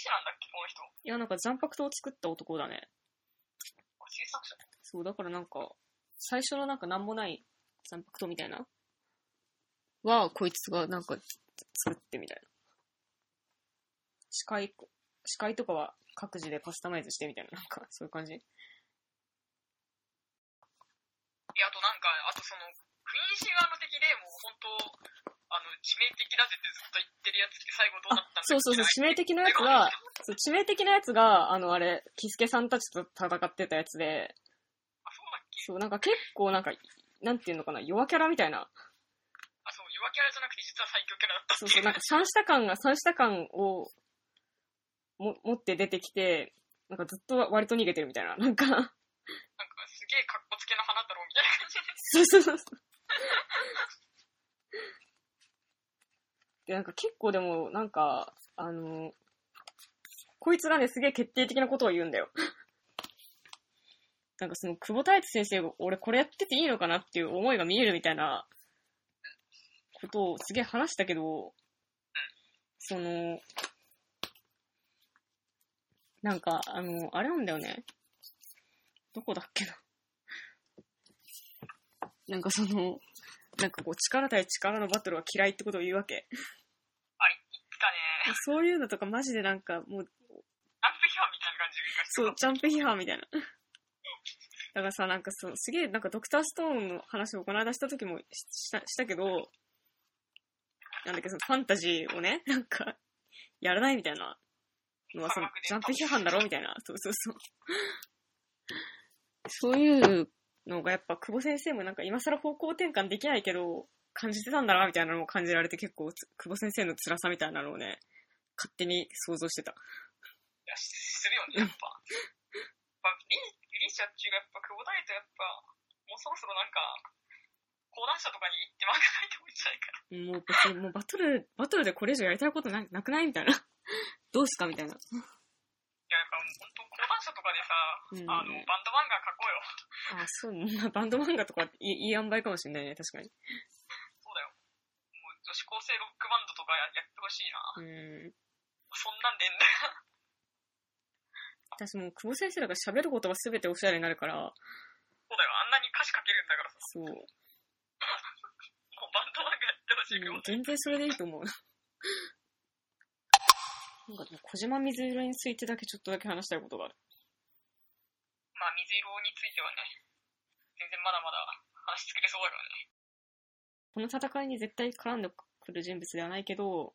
Speaker 2: 師なんだっけここの人。
Speaker 1: いや、なんか残白糖を作った男だね。
Speaker 2: あ制作者。
Speaker 1: そう、だからなんか、最初のなんかなんもない残白糖みたいな。は、こいつがなんか作ってみたいな。司会、司会とかは各自でカスタマイズしてみたいな、なんかそういう感じ。
Speaker 2: いや、あとなんか、あとその、クイーンシガーの敵でもう本当、あの、致命的だぜってずっと言ってるやつって最後どうなったんだ
Speaker 1: そ
Speaker 2: っけ
Speaker 1: うそうそう、致命的なやつが、そう致命的なやつが、あの、あれ、キスケさんたちと戦ってたやつで、
Speaker 2: あ、そ
Speaker 1: そう、
Speaker 2: うだっけ
Speaker 1: なんか結構なんか、なんていうのかな、弱キャラみたいな。
Speaker 2: あ、そう、弱キャラじゃなくて実は最強キャラだった
Speaker 1: そうそう、なんか三下感が、三下感をも持って出てきて、なんかずっと割と逃げてるみたいな。なんか、
Speaker 2: なんかすげえかっこつけの花だろうみたいな
Speaker 1: そうそ
Speaker 2: 感じで。
Speaker 1: うそう。で、なんか結構でも、なんか、あの、こいつがね、すげえ決定的なことを言うんだよ。 [LAUGHS] なんかその、久保太一先生が、俺これやってていいのかなっていう思いが見えるみたいな、ことをすげえ話したけど、その、なんか、あの、あれなんだよね。どこだっけな。なんかその、なんかこう、力対力のバトルは嫌いってことを言うわけ。
Speaker 2: あれ、言ってたね。
Speaker 1: そういうのとかマジでなんかもう、
Speaker 2: ラップ批判みたいな感じが
Speaker 1: [LAUGHS] そう、ジャンプ批判みたいな。 [LAUGHS] だからさ、なんかそう、すげえ、なんかドクターストーンの話をこの間した時もししたしたけど、なんだっけ、そのファンタジーをね、 [LAUGHS] なんか、やらないみたいなのは、その、ジャンプ批判だろみたいな。そうそうそう。 [LAUGHS] そういうのがやっぱ、久保先生もなんか今更方向転換できないけど、感じてたんだな、みたいなのを感じられて結構つ、久保先生の辛さみたいなのをね、勝手に想像してた。
Speaker 2: いや、しするよね、やっぱ。やっぱリリシャっていうか、やっぱ久保大とやっぱ、もうそろそろなんか、講談社とかに行って漫画描いてもいいんじゃな
Speaker 1: もう別に、もう
Speaker 2: いかな。
Speaker 1: バトル、バトルでこれ以上やりたいことななくないみたいな。 [LAUGHS] どうすかみたいな。
Speaker 2: いや、やっぱ本当講談社とかでさ、
Speaker 1: うん
Speaker 2: あの、バンド漫画描こうよ。
Speaker 1: あ、そう、まあバンド漫画とかいい、いい塩梅かもしれないね、確かに。
Speaker 2: そうだよ。もう女子高生ロックバンドとかややってほしいな。
Speaker 1: うん。
Speaker 2: そんなんでんだよ。
Speaker 1: 私もう久保先生だから喋ることが全ておしゃれになるから、
Speaker 2: そうだよ、あんなに歌詞書けるんだからさ、
Speaker 1: そう。
Speaker 2: もうバンド漫画やってほ
Speaker 1: [LAUGHS]
Speaker 2: しいけ
Speaker 1: もう
Speaker 2: ど、
Speaker 1: 全然それでいいと思う。なんかね、小島水色についてだけちょっとだけ話したいことがある。
Speaker 2: まあ水色についてはね、全然まだまだ話作れそうだからね。
Speaker 1: この戦いに絶対絡んでくる人物ではないけど、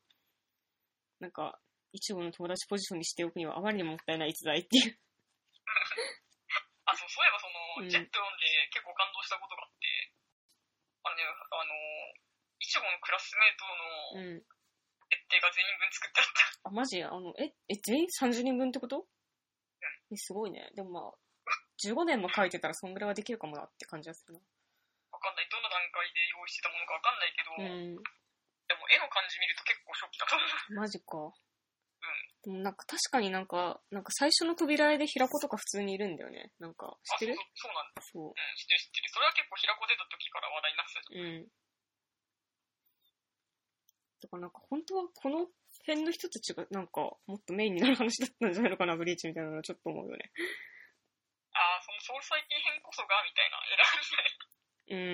Speaker 1: なんか、一号の友達ポジションにしておくにはあまりにももったいない逸材っていう。
Speaker 2: あ、そう、そ
Speaker 1: うん
Speaker 2: ういえばその、ジェット読んで結構感動したことがあって、あのね、あの、イチゴのクラスメ
Speaker 1: う
Speaker 2: イト
Speaker 1: ん。
Speaker 2: の設定が全員分作ってあっ
Speaker 1: あ、
Speaker 2: た。
Speaker 1: マジあの、え、え、全員30人分ってことえ、すごいね。でもまあ、15年も書いてたらそんぐらいはできるかもなって感じがする
Speaker 2: わかんない、どの段階で用意してたものかわかんない
Speaker 1: な。
Speaker 2: けど、
Speaker 1: うん。
Speaker 2: でも絵の感じ見ると結構ショックだった。
Speaker 1: マジか。でもなんか確かになんか、なんか最初の扉絵で平子とか普通にいるんだよね。なんか、知ってる
Speaker 2: あそうそう、
Speaker 1: そ
Speaker 2: そうなんだ。うん、知ってる知ってる。それは結構平子出た時から話題になってたじ
Speaker 1: う。う
Speaker 2: ゃん。
Speaker 1: ん。だからなんか本当はこの辺の人たちがなんかもっとメインになる話だったんじゃないのかな、ブリーチみたいなのはちょっと思うよね。
Speaker 2: あー、そのソウルサイティ編こそが、み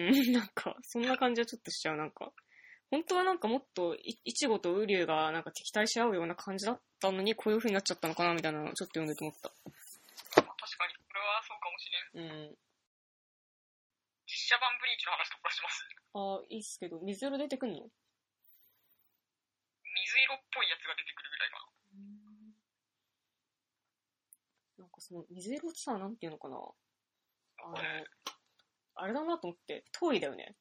Speaker 2: たいな。
Speaker 1: う
Speaker 2: 選んで。
Speaker 1: ん、 [LAUGHS] なんか、そんな感じはちょっとしちゃう、なんか。本当はなんかもっとい、いちごとウリュウがなんか敵対し合うような感じだったのに、こういう風になっちゃったのかな、みたいなのをちょっと読んでて思った。
Speaker 2: [LAUGHS] まあ確かに、これはそうかもしれん。
Speaker 1: うん。
Speaker 2: 実写版ブリーチの話とかします。
Speaker 1: ああ、いいっすけど、水色出てくんの
Speaker 2: 水色っぽいやつが出てくるぐらいかな。
Speaker 1: なんかその、水色ってさ、なんていうのかな。あの、あれだなと思って、遠いだよね。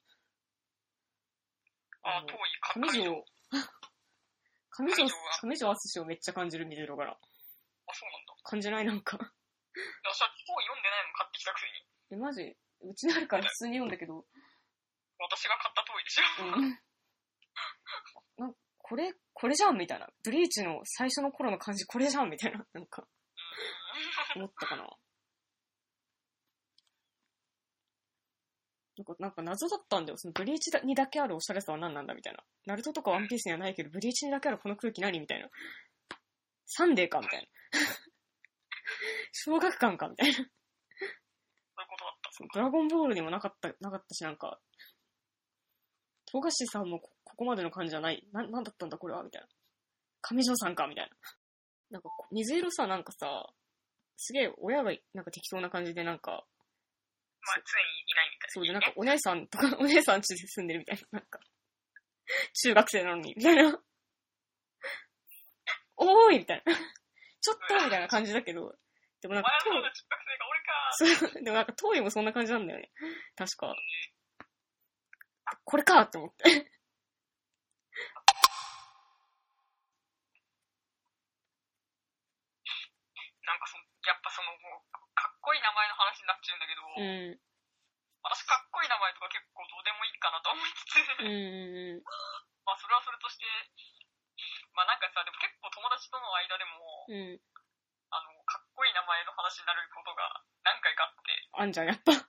Speaker 2: あー、
Speaker 1: の
Speaker 2: 遠い、か
Speaker 1: 上条 [LAUGHS]
Speaker 2: 上条。、
Speaker 1: 上条
Speaker 2: 上条は、
Speaker 1: 上条淳をめっちゃ感じる水色から。
Speaker 2: あ、そうなんだ。
Speaker 1: 感じないなんか。
Speaker 2: 私は本読んでないの買ってきたくせに。
Speaker 1: え、マジうちにあるから普通に読んだけど。
Speaker 2: 私が買った遠いでしょ。
Speaker 1: うん。なんかこれ、これじゃんみたいな。ブリーチの最初の頃の感じこれじゃんみたいな。 [LAUGHS] なんか、思
Speaker 2: [LAUGHS]
Speaker 1: ったかな。なんか、なんか謎だったんだよ。そのブリーチだにだけあるおしゃれさは何なんだみたいな。ナルトとかワンピースにはないけど、ブリーチにだけあるこの空気何みたいな。サンデーかみたいな。 [LAUGHS] 小学館かみたいな。
Speaker 2: そういうことだった。
Speaker 1: ドラゴンボールにもなかった、なかったし、なんか、富樫さんもこここまでの感じじゃない。な、なんだったんだこれはみたいな。上条さんかみたいな。なんかこ、水色さ、なんかさ、すげえ親がなんか適当な感じでなんか、
Speaker 2: まあ、常にいないみたいな。
Speaker 1: そうで、なんかお姉さんとか、お [LAUGHS] 姉さん家で住んでるみたいな、なんか、中学生なのに、みたいな。おーいみたいな。ちょっとみたいな感じだけど、でもなん
Speaker 2: お
Speaker 1: か、
Speaker 2: 前
Speaker 1: 当
Speaker 2: の方の中学生が俺か。
Speaker 1: そう、でもなんか、当時もそんな感じなんだよね。確か。これかって思って。
Speaker 2: なんかその、やっぱその、もう、かっこいい名前の話になっちゃうんだけど、
Speaker 1: うん。
Speaker 2: 私かっこいい名前とか結構どうでもいいかなと思いつつ、
Speaker 1: [LAUGHS] うんうん
Speaker 2: まあそれはそれとして、まあなんかさ、でも結構友達との間でも、
Speaker 1: うん。うん。
Speaker 2: あの、かっこいい名前の話になることが何回かあって、
Speaker 1: あんじゃん、やっぱ。
Speaker 2: その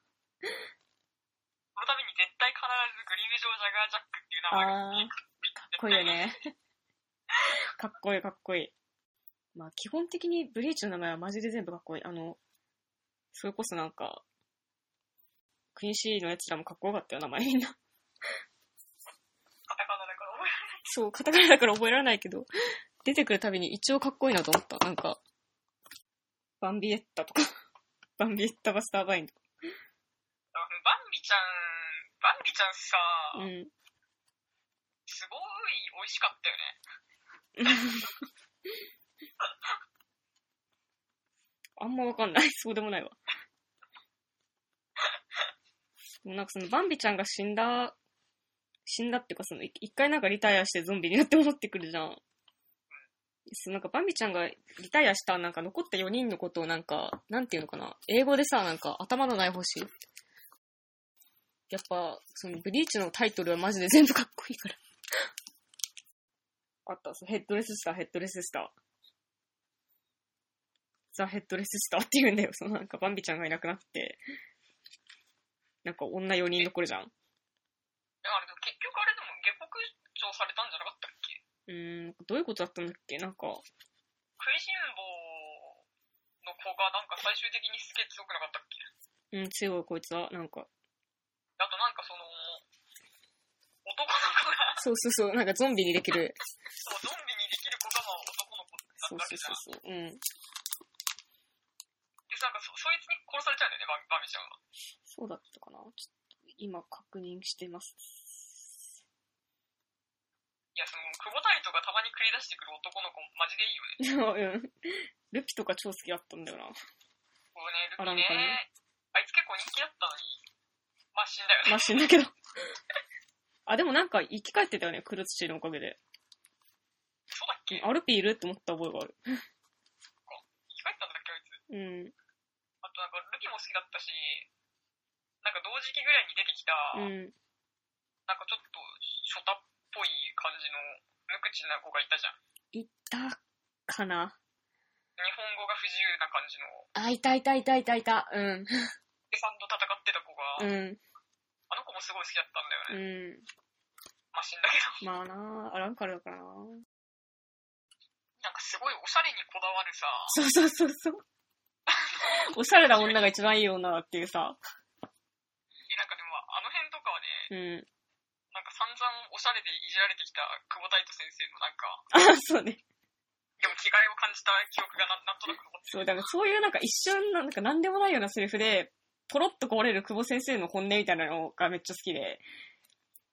Speaker 2: ために絶対必ずグリムジョー・ジャガー・ジャックっていう名前が
Speaker 1: あー、かっこいいよね。 [LAUGHS] かっこいい、かっこいい。まあ、基本的にブリーチの名前はマジで全部かっこいい。あの、それこそなんか、クイーンシーのやつらもかっこよかったよ、名前みんな。 [LAUGHS]
Speaker 2: カタカナだから覚えられ
Speaker 1: そう、カタカナだから覚えられないけど、出てくるたびに一応かっこいいなと思った。なんか、バンビエッタとか、バンビエッタバスターバインとか。
Speaker 2: ないバンビちゃん、バンビちゃんさ、
Speaker 1: うん。
Speaker 2: すごい美味しかったよね。
Speaker 1: あんまわかんない。そうでもないわ。でもなんかそのバンビちゃんが死んだ、死んだっていうかその、い一回なんかリタイアしてゾンビになって戻ってくるじゃん。そうなんかバンビちゃんがリタイアしたなんか残った4人のことをなんか、なんていうのかな。英語でさ、なんか頭のない星。やっぱ、そのブリーチのタイトルはマジで全部かっこいいから。あった、そうヘッドレススター、ヘッドレススター。ザ・ヘッドレス・スターって言うんだよ。そのなんか、バンビちゃんがいなくなって、なんか女4人残るじゃん。
Speaker 2: だからでも結局あれでも下克上されたんじゃなかったっけ
Speaker 1: うーん、どういうことだったんだっけなんか、
Speaker 2: 食いしん坊の子がなんか最終的にすげえ強くなかったっ
Speaker 1: う
Speaker 2: け
Speaker 1: ん、強いこいつは、なんか、
Speaker 2: あとなんかその、男の子が、
Speaker 1: そうそうそう、なんかゾンビにできる。
Speaker 2: そうゾンビにできる子がまあ男の子だ
Speaker 1: そうそうそうそう、うん。
Speaker 2: ったわけじゃん。で、なんかそ、そいつに殺されちゃうんだよね、バミバミちゃんは。
Speaker 1: そうだったかなちょっと、今確認してます。
Speaker 2: いや、その、久保谷とかたまに繰り出してくる男の子、マジでいいよね。
Speaker 1: [LAUGHS] うん。ルピとか超好きだったんだよな。
Speaker 2: こうね、ル
Speaker 1: あ
Speaker 2: フィ
Speaker 1: なんか
Speaker 2: ね
Speaker 1: ね。
Speaker 2: あいつ結構人気だったのに、まあ死んだよね。
Speaker 1: マシんだけど。あ、でもなんか生き返ってたよね、クルツシーのおかげで。
Speaker 2: そうだっけ
Speaker 1: アルピいるって思った覚えがある。
Speaker 2: 生き返ったんだっけ、あいつ。
Speaker 1: うん。
Speaker 2: あとなんか、ルキも好きだったし、なんか同時期ぐらいに出てきた、
Speaker 1: うん。
Speaker 2: なんかちょっと、ショタっぽい感じの、無口な子がいたじゃん。
Speaker 1: いたかな
Speaker 2: 日本語が不自由な感じの、
Speaker 1: あ、いたいたいたいたいた。うん。
Speaker 2: おじさんと戦ってた子
Speaker 1: う
Speaker 2: が、
Speaker 1: ん。
Speaker 2: あの子もすごい好きだった
Speaker 1: う
Speaker 2: んだよね。
Speaker 1: ん。
Speaker 2: まあ死んだけど、 [LAUGHS]
Speaker 1: まあなあ、アランカルだからな
Speaker 2: なんかすごいおしゃれにこだわるさ、
Speaker 1: そうそうそうそう。おしゃれな女が一番いい女だっていうさ。
Speaker 2: えなんかでもあの辺とかはね、
Speaker 1: うん。
Speaker 2: なんか散々おしゃれでいじられてきた久保大斗先生のなんか、
Speaker 1: あ、そうね。
Speaker 2: でも着替えを感じた記憶がななんとなく残ってる。
Speaker 1: そう、だからそういうなんか一瞬なんか何でもないようなセリフで、ポロッとこぼれる久保先生の本音みたいなのがめっちゃ好きで、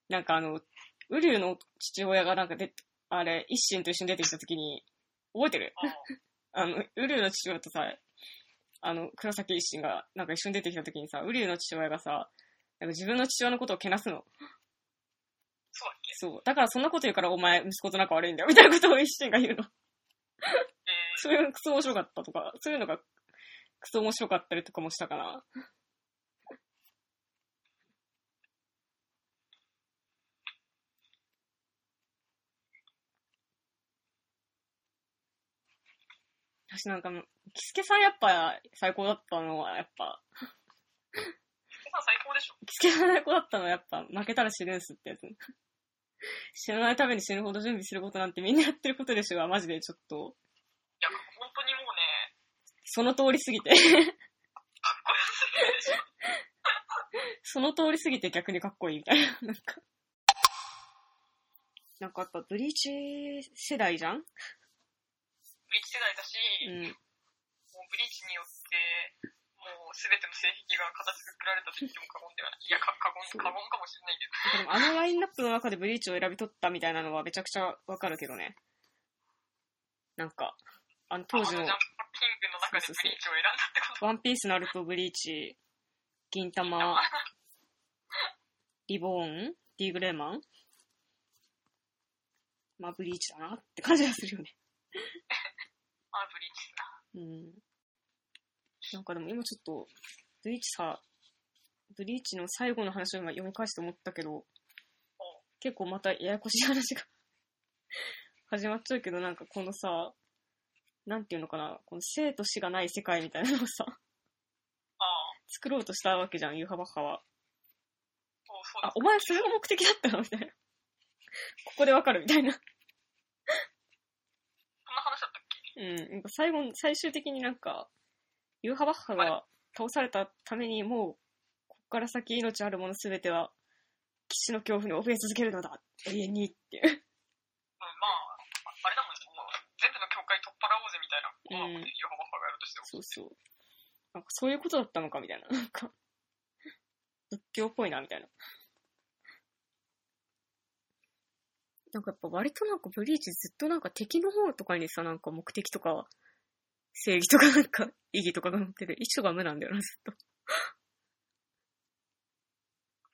Speaker 1: なんかあの、ウリュウの父親がなんかで、あれ、一心と一緒に出てきた時に、覚えてる
Speaker 2: ああ
Speaker 1: あの、ウリュウの父親とさ、あの、黒崎一心が、なんか一緒に出てきた時にさ、ウリュウの父親がさ、なんか自分の父親のことをけなすの。
Speaker 2: そうだっけ
Speaker 1: そう。だからそんなこと言うからお前、息子と仲悪いんだよ。みたいなことを一心が言うの。
Speaker 2: えー、
Speaker 1: そういうのクソ面白かったとか、そういうのがクソ面白かったりとかもしたかな。私なんかもう、キスケさんやっぱ最高だったのは、やっぱ、
Speaker 2: さん最高でしょ。
Speaker 1: キスケさん最高だったのはやっぱ、負けたら死ぬんすってやつ。 [LAUGHS] 死なないために死ぬほど準備することなんてみんなやってることでしょが、マジでちょっと、
Speaker 2: いや、本当にもうね、
Speaker 1: その通りすぎて。その通りすぎて逆にかっこいいみたいな。なんか。なんかやっぱブリーチ世代じゃん
Speaker 2: ブリーチ世代だし、
Speaker 1: うん。
Speaker 2: もうブリーチによって、もう全ての性癖が形作られたと言っても過言ではない。いや、か過言、
Speaker 1: そう
Speaker 2: 過言かもしれないけど。
Speaker 1: でもあのラインナップの中でブリーチを選び取ったみたいなのはめちゃくちゃわかるけどね。なんか、あの当時
Speaker 2: あの
Speaker 1: の
Speaker 2: ジャンプパッキングの中でブリーチを選んだってこと。
Speaker 1: ワンピース、ナルト、ブリーチ、銀玉、リボーン、ディーグレーマン。まあブリーチだなって感じがするよね。
Speaker 2: あ、ブリーチだ。
Speaker 1: うん。なんかでも今ちょっと、ブリーチさ、ブリーチの最後の話を今読み返して思ったけど、結構またややこしい話が [LAUGHS] 始まっちゃうけど、なんかこのさ、なんていうのかな、この生と死がない世界みたいなのをさ、
Speaker 2: ああ、
Speaker 1: 作ろうとしたわけじゃん、ユーハバッハは。
Speaker 2: そうそう
Speaker 1: あ
Speaker 2: だ。、
Speaker 1: お前それが目的だったのみたいな。ここでわかるみたいな。
Speaker 2: そんな話だったっけ
Speaker 1: うん、なんか最後、最終的になんか、ユーハバッハが倒されたためにもう、こっから先命あるものすべては、騎士の恐怖に怯え続けるのだ永遠にっていう。
Speaker 2: うん、まあ、あれだもんね。もう全部の境界取っ払おうぜみたいなことだもんね。ヨハバッハがやるとしても。
Speaker 1: [LAUGHS] そうそう。なんかそういうことだったのかみたいな。なんか、仏教っぽいなみたいな。なんかやっぱ割となんかブリーチずっとなんか敵の方とかにさ、なんか目的とか、正義とかなんか意義とかが載ってて、一緒が無なんだよな、ずっと。
Speaker 2: ま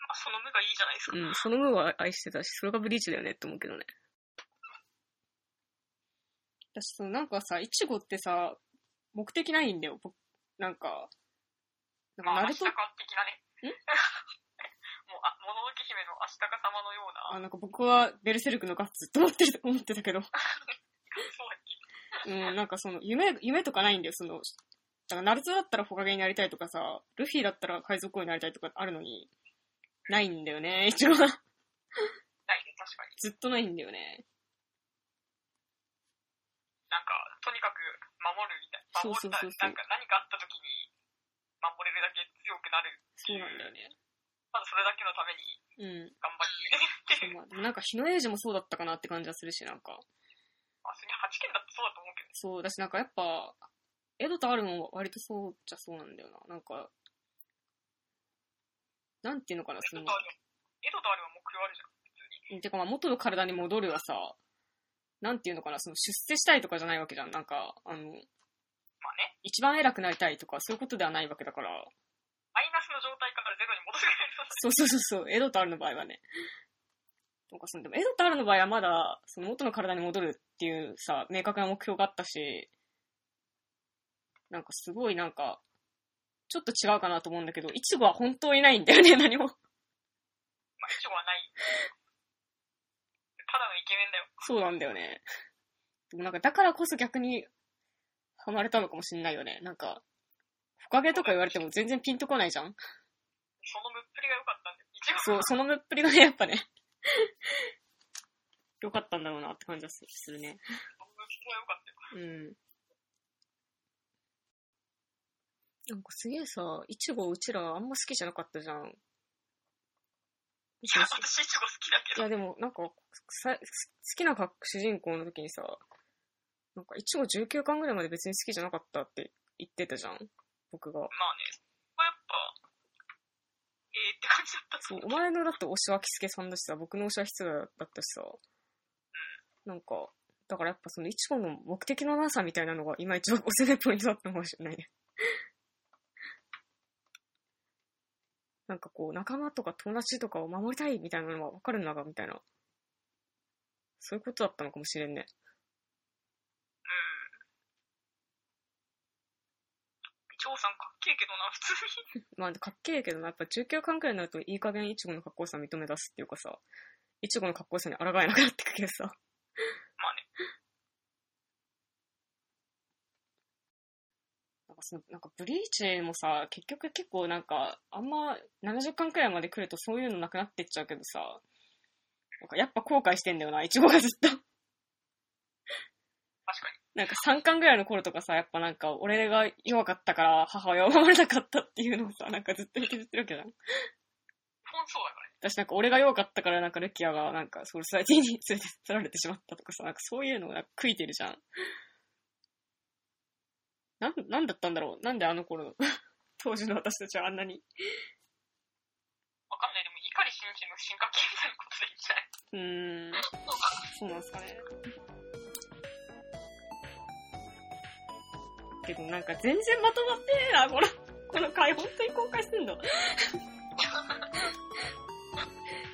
Speaker 2: あ、その目がいいじゃないですか。
Speaker 1: うん、その分は愛してたし、それがブリーチだよねって思うけどね。私、そのなんかさ、イチゴってさ、目的ないんだよ、僕なんか。なんか、
Speaker 2: ま
Speaker 1: ナ
Speaker 2: あ、明
Speaker 1: ル
Speaker 2: 日
Speaker 1: ト
Speaker 2: か、的なね。
Speaker 1: ん
Speaker 2: [LAUGHS] もう、あ、もののけ姫の明日か様のような、
Speaker 1: あ、なんか僕はベルセルクのガッツと思ってる、思ってたけど。
Speaker 2: そうだっけ
Speaker 1: うん、なんかその、夢、夢とかないんだよ、その、だから、ナルトだったら火影になりたいとかさ、ルフィだったら海賊王になりたいとかあるのに、ないんだよね、 [LAUGHS] イチゴは。
Speaker 2: ないね、確かに。
Speaker 1: ずっとないんだよね。
Speaker 2: なんか、とにかく守るみたい。守
Speaker 1: そうそう
Speaker 2: る
Speaker 1: そうそう
Speaker 2: なんか何かあった時に、守れるだけ強くなる。
Speaker 1: そうなんだよね。
Speaker 2: ただそれだけのために
Speaker 1: うん。
Speaker 2: 頑張り続けるっていう。
Speaker 1: まあ、でもなんか日の英治もそうだったかなって感じはするし、なんか。
Speaker 2: まあ、それに8件だってそうだと思うけどね。
Speaker 1: そう、だしなんかやっぱ、エドとアルも割とそうじゃそうなんだよな。なんか、なんていうのかな、そ
Speaker 2: エド
Speaker 1: の
Speaker 2: と、ある、エドとあるは目標あるじゃん。
Speaker 1: てかまあ元の体に戻るはさ、なんていうのかな、その出世したいとかじゃないわけじゃん。なんか、あの、
Speaker 2: まあね、
Speaker 1: 一番偉くなりたいとかそういうことではないわけだから、
Speaker 2: マイナスの状態からゼロに戻してくれる。
Speaker 1: そうそうそうそう、エドとアルの場合はね。なんかそのでもエドとアルの場合はまだ、その元の体に戻るっていうさ、明確な目標があったし、なんかすごいなんか、ちょっと違うかなと思うんだけど、イチゴは本当にないんだよね、 [LAUGHS] 何も。
Speaker 2: まあ、一応はない。ただのイケメンだよ。
Speaker 1: そうなんだよね。でもなんか、だからこそ逆に、ハマれたのかもしんないよね。なんか、木陰とか言われても全然ピンとこないじゃん
Speaker 2: そのムっぷりが良かったんだよ。一応
Speaker 1: そう、そのむっぷりがね、やっぱね、良かったんだろうなって感じはすするね。
Speaker 2: そのムっぷりが良かったよ。
Speaker 1: うん。なんかすげえさ、いちごうちらあんま好きじゃなかったじゃん。
Speaker 2: いや、私イチゴ好きだけ
Speaker 1: い
Speaker 2: ど。
Speaker 1: やでもなんかさ好きなか主人公の時にさ、なんかいちご19巻ぐらいまで別に好きじゃなかったって言ってたじゃん。僕が。
Speaker 2: まあね、これやっぱ、えーって感じだった。
Speaker 1: そう、お前のだって推しはキスケさんだしさ、僕の推しはひつだったしさ、なんか、だからやっぱその、いちごの目的のなさみたいなのが、今一番おすすめポイントだったのかもしれないね。 [LAUGHS] なんかこう、仲間とか友達とかを守りたいみたいなのはわかるんだが、みたいな。そういうことだったのかもしれんね。
Speaker 2: うん。長さんかっけえけどな、普通に。
Speaker 1: まあ、かっけえけどな、やっぱ19巻くらいになるといい加減いちごのかっこよさ認め出すっていうかさ、いちごのかっこよさに抗えなくなってくけどさ。
Speaker 2: まあね、
Speaker 1: [LAUGHS] なんかその、なんかブリーチもさ、結局結構なんか、あんま70巻くらいまで来るとそういうのなくなってっちゃうけどさ、なんかやっぱ後悔してんだよな、イチゴがずっと。
Speaker 2: 確かに。
Speaker 1: [LAUGHS] なんか3巻ぐらいの頃とかさ、やっぱなんか俺が弱かったから母親を守れなかったっていうのをさ、なんかずっと引きずってるわけじゃん。
Speaker 2: 本そうだからね。
Speaker 1: 私なんか俺が弱かったからなんかルキアがなんかソウルソサイティに [LAUGHS] 連れて去られてしまったとかさ、なんかそういうのをなんか悔いてるじゃん。なん、なんだったんだろうなんであの頃、 [LAUGHS] 当時の私たちはあんなに。
Speaker 2: わかんない。でも、怒り心身の進化系みたいなことでいいんじゃないう
Speaker 1: ーん。そうなんですかね。けどなんか全然まとまってねえな、この、この回本当に公開すんの。 [LAUGHS]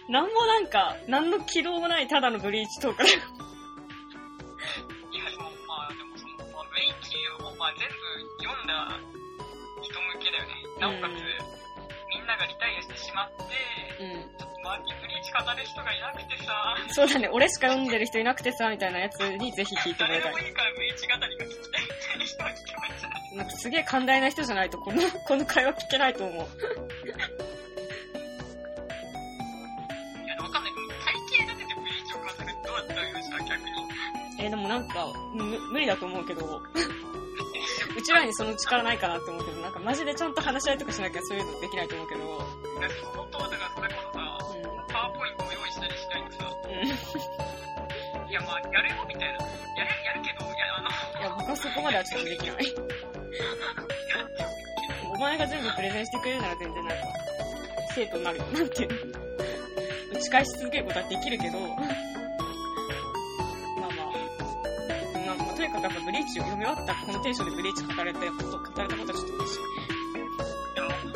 Speaker 1: なんもなんか、なんの起動もないただのブリーチトーク。
Speaker 2: いや、でも、まあ、でも、その、まあ、ブレイキーを、まあ、全部読んだ人向けだよね。なおかつ、みんながリタイアしてしまって、
Speaker 1: うん。
Speaker 2: ちょっと周りにブリーチ語る人がいなくてさ、
Speaker 1: そうだね、俺しか読んでる人いなくてさ、みたいなやつにぜひ聞いてもら
Speaker 2: 誰
Speaker 1: いたい
Speaker 2: でも。いいからブリーチ語りが聞きたいみたいな人は聞けばいいんじゃない
Speaker 1: なんかすげえ寛大な人じゃないとこの、 [LAUGHS] この会話聞けないと思う。
Speaker 2: いや、わかんない。でも体型だけでブリーチを語るってどうやったらいいのさ、逆に。
Speaker 1: えーでもなんか、む無理だと思うけど、 [LAUGHS] うちらにその力ないかなって思うけど、なんかマジでちゃんと話し合いとかしなきゃそういうのできないと思うけど、
Speaker 2: だから本当はだからそれこそさ、パワーポイントを用意したりしないとさ、
Speaker 1: うん。うん。い
Speaker 2: いや、まあ、やるよ、みたいな。やる、やるけど、いや、あの、
Speaker 1: や、僕はそこまではちょっとできない。お前が全部プレゼンしてくれるなら全然なんか、生徒になるよ。なんていうの打ち返し続けることはできるけど、まあまあ、まあ、とにかくやっぱブリーチを読み終わったこのテンションでブリーチ語れたこと、語れたことはちょっと嬉しい。
Speaker 2: いや、本当に、も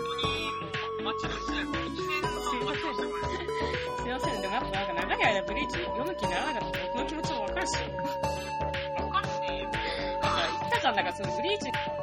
Speaker 2: う、マッチでしたよ。1年半待ちましたよ、これ。
Speaker 1: すいません、でもやっぱなんか長い間ブリーチ読む気にならなかった僕の気持ちもわかるし。
Speaker 2: わかんねえよ。
Speaker 1: なんか言ったじゃん、なんかそのブリーチ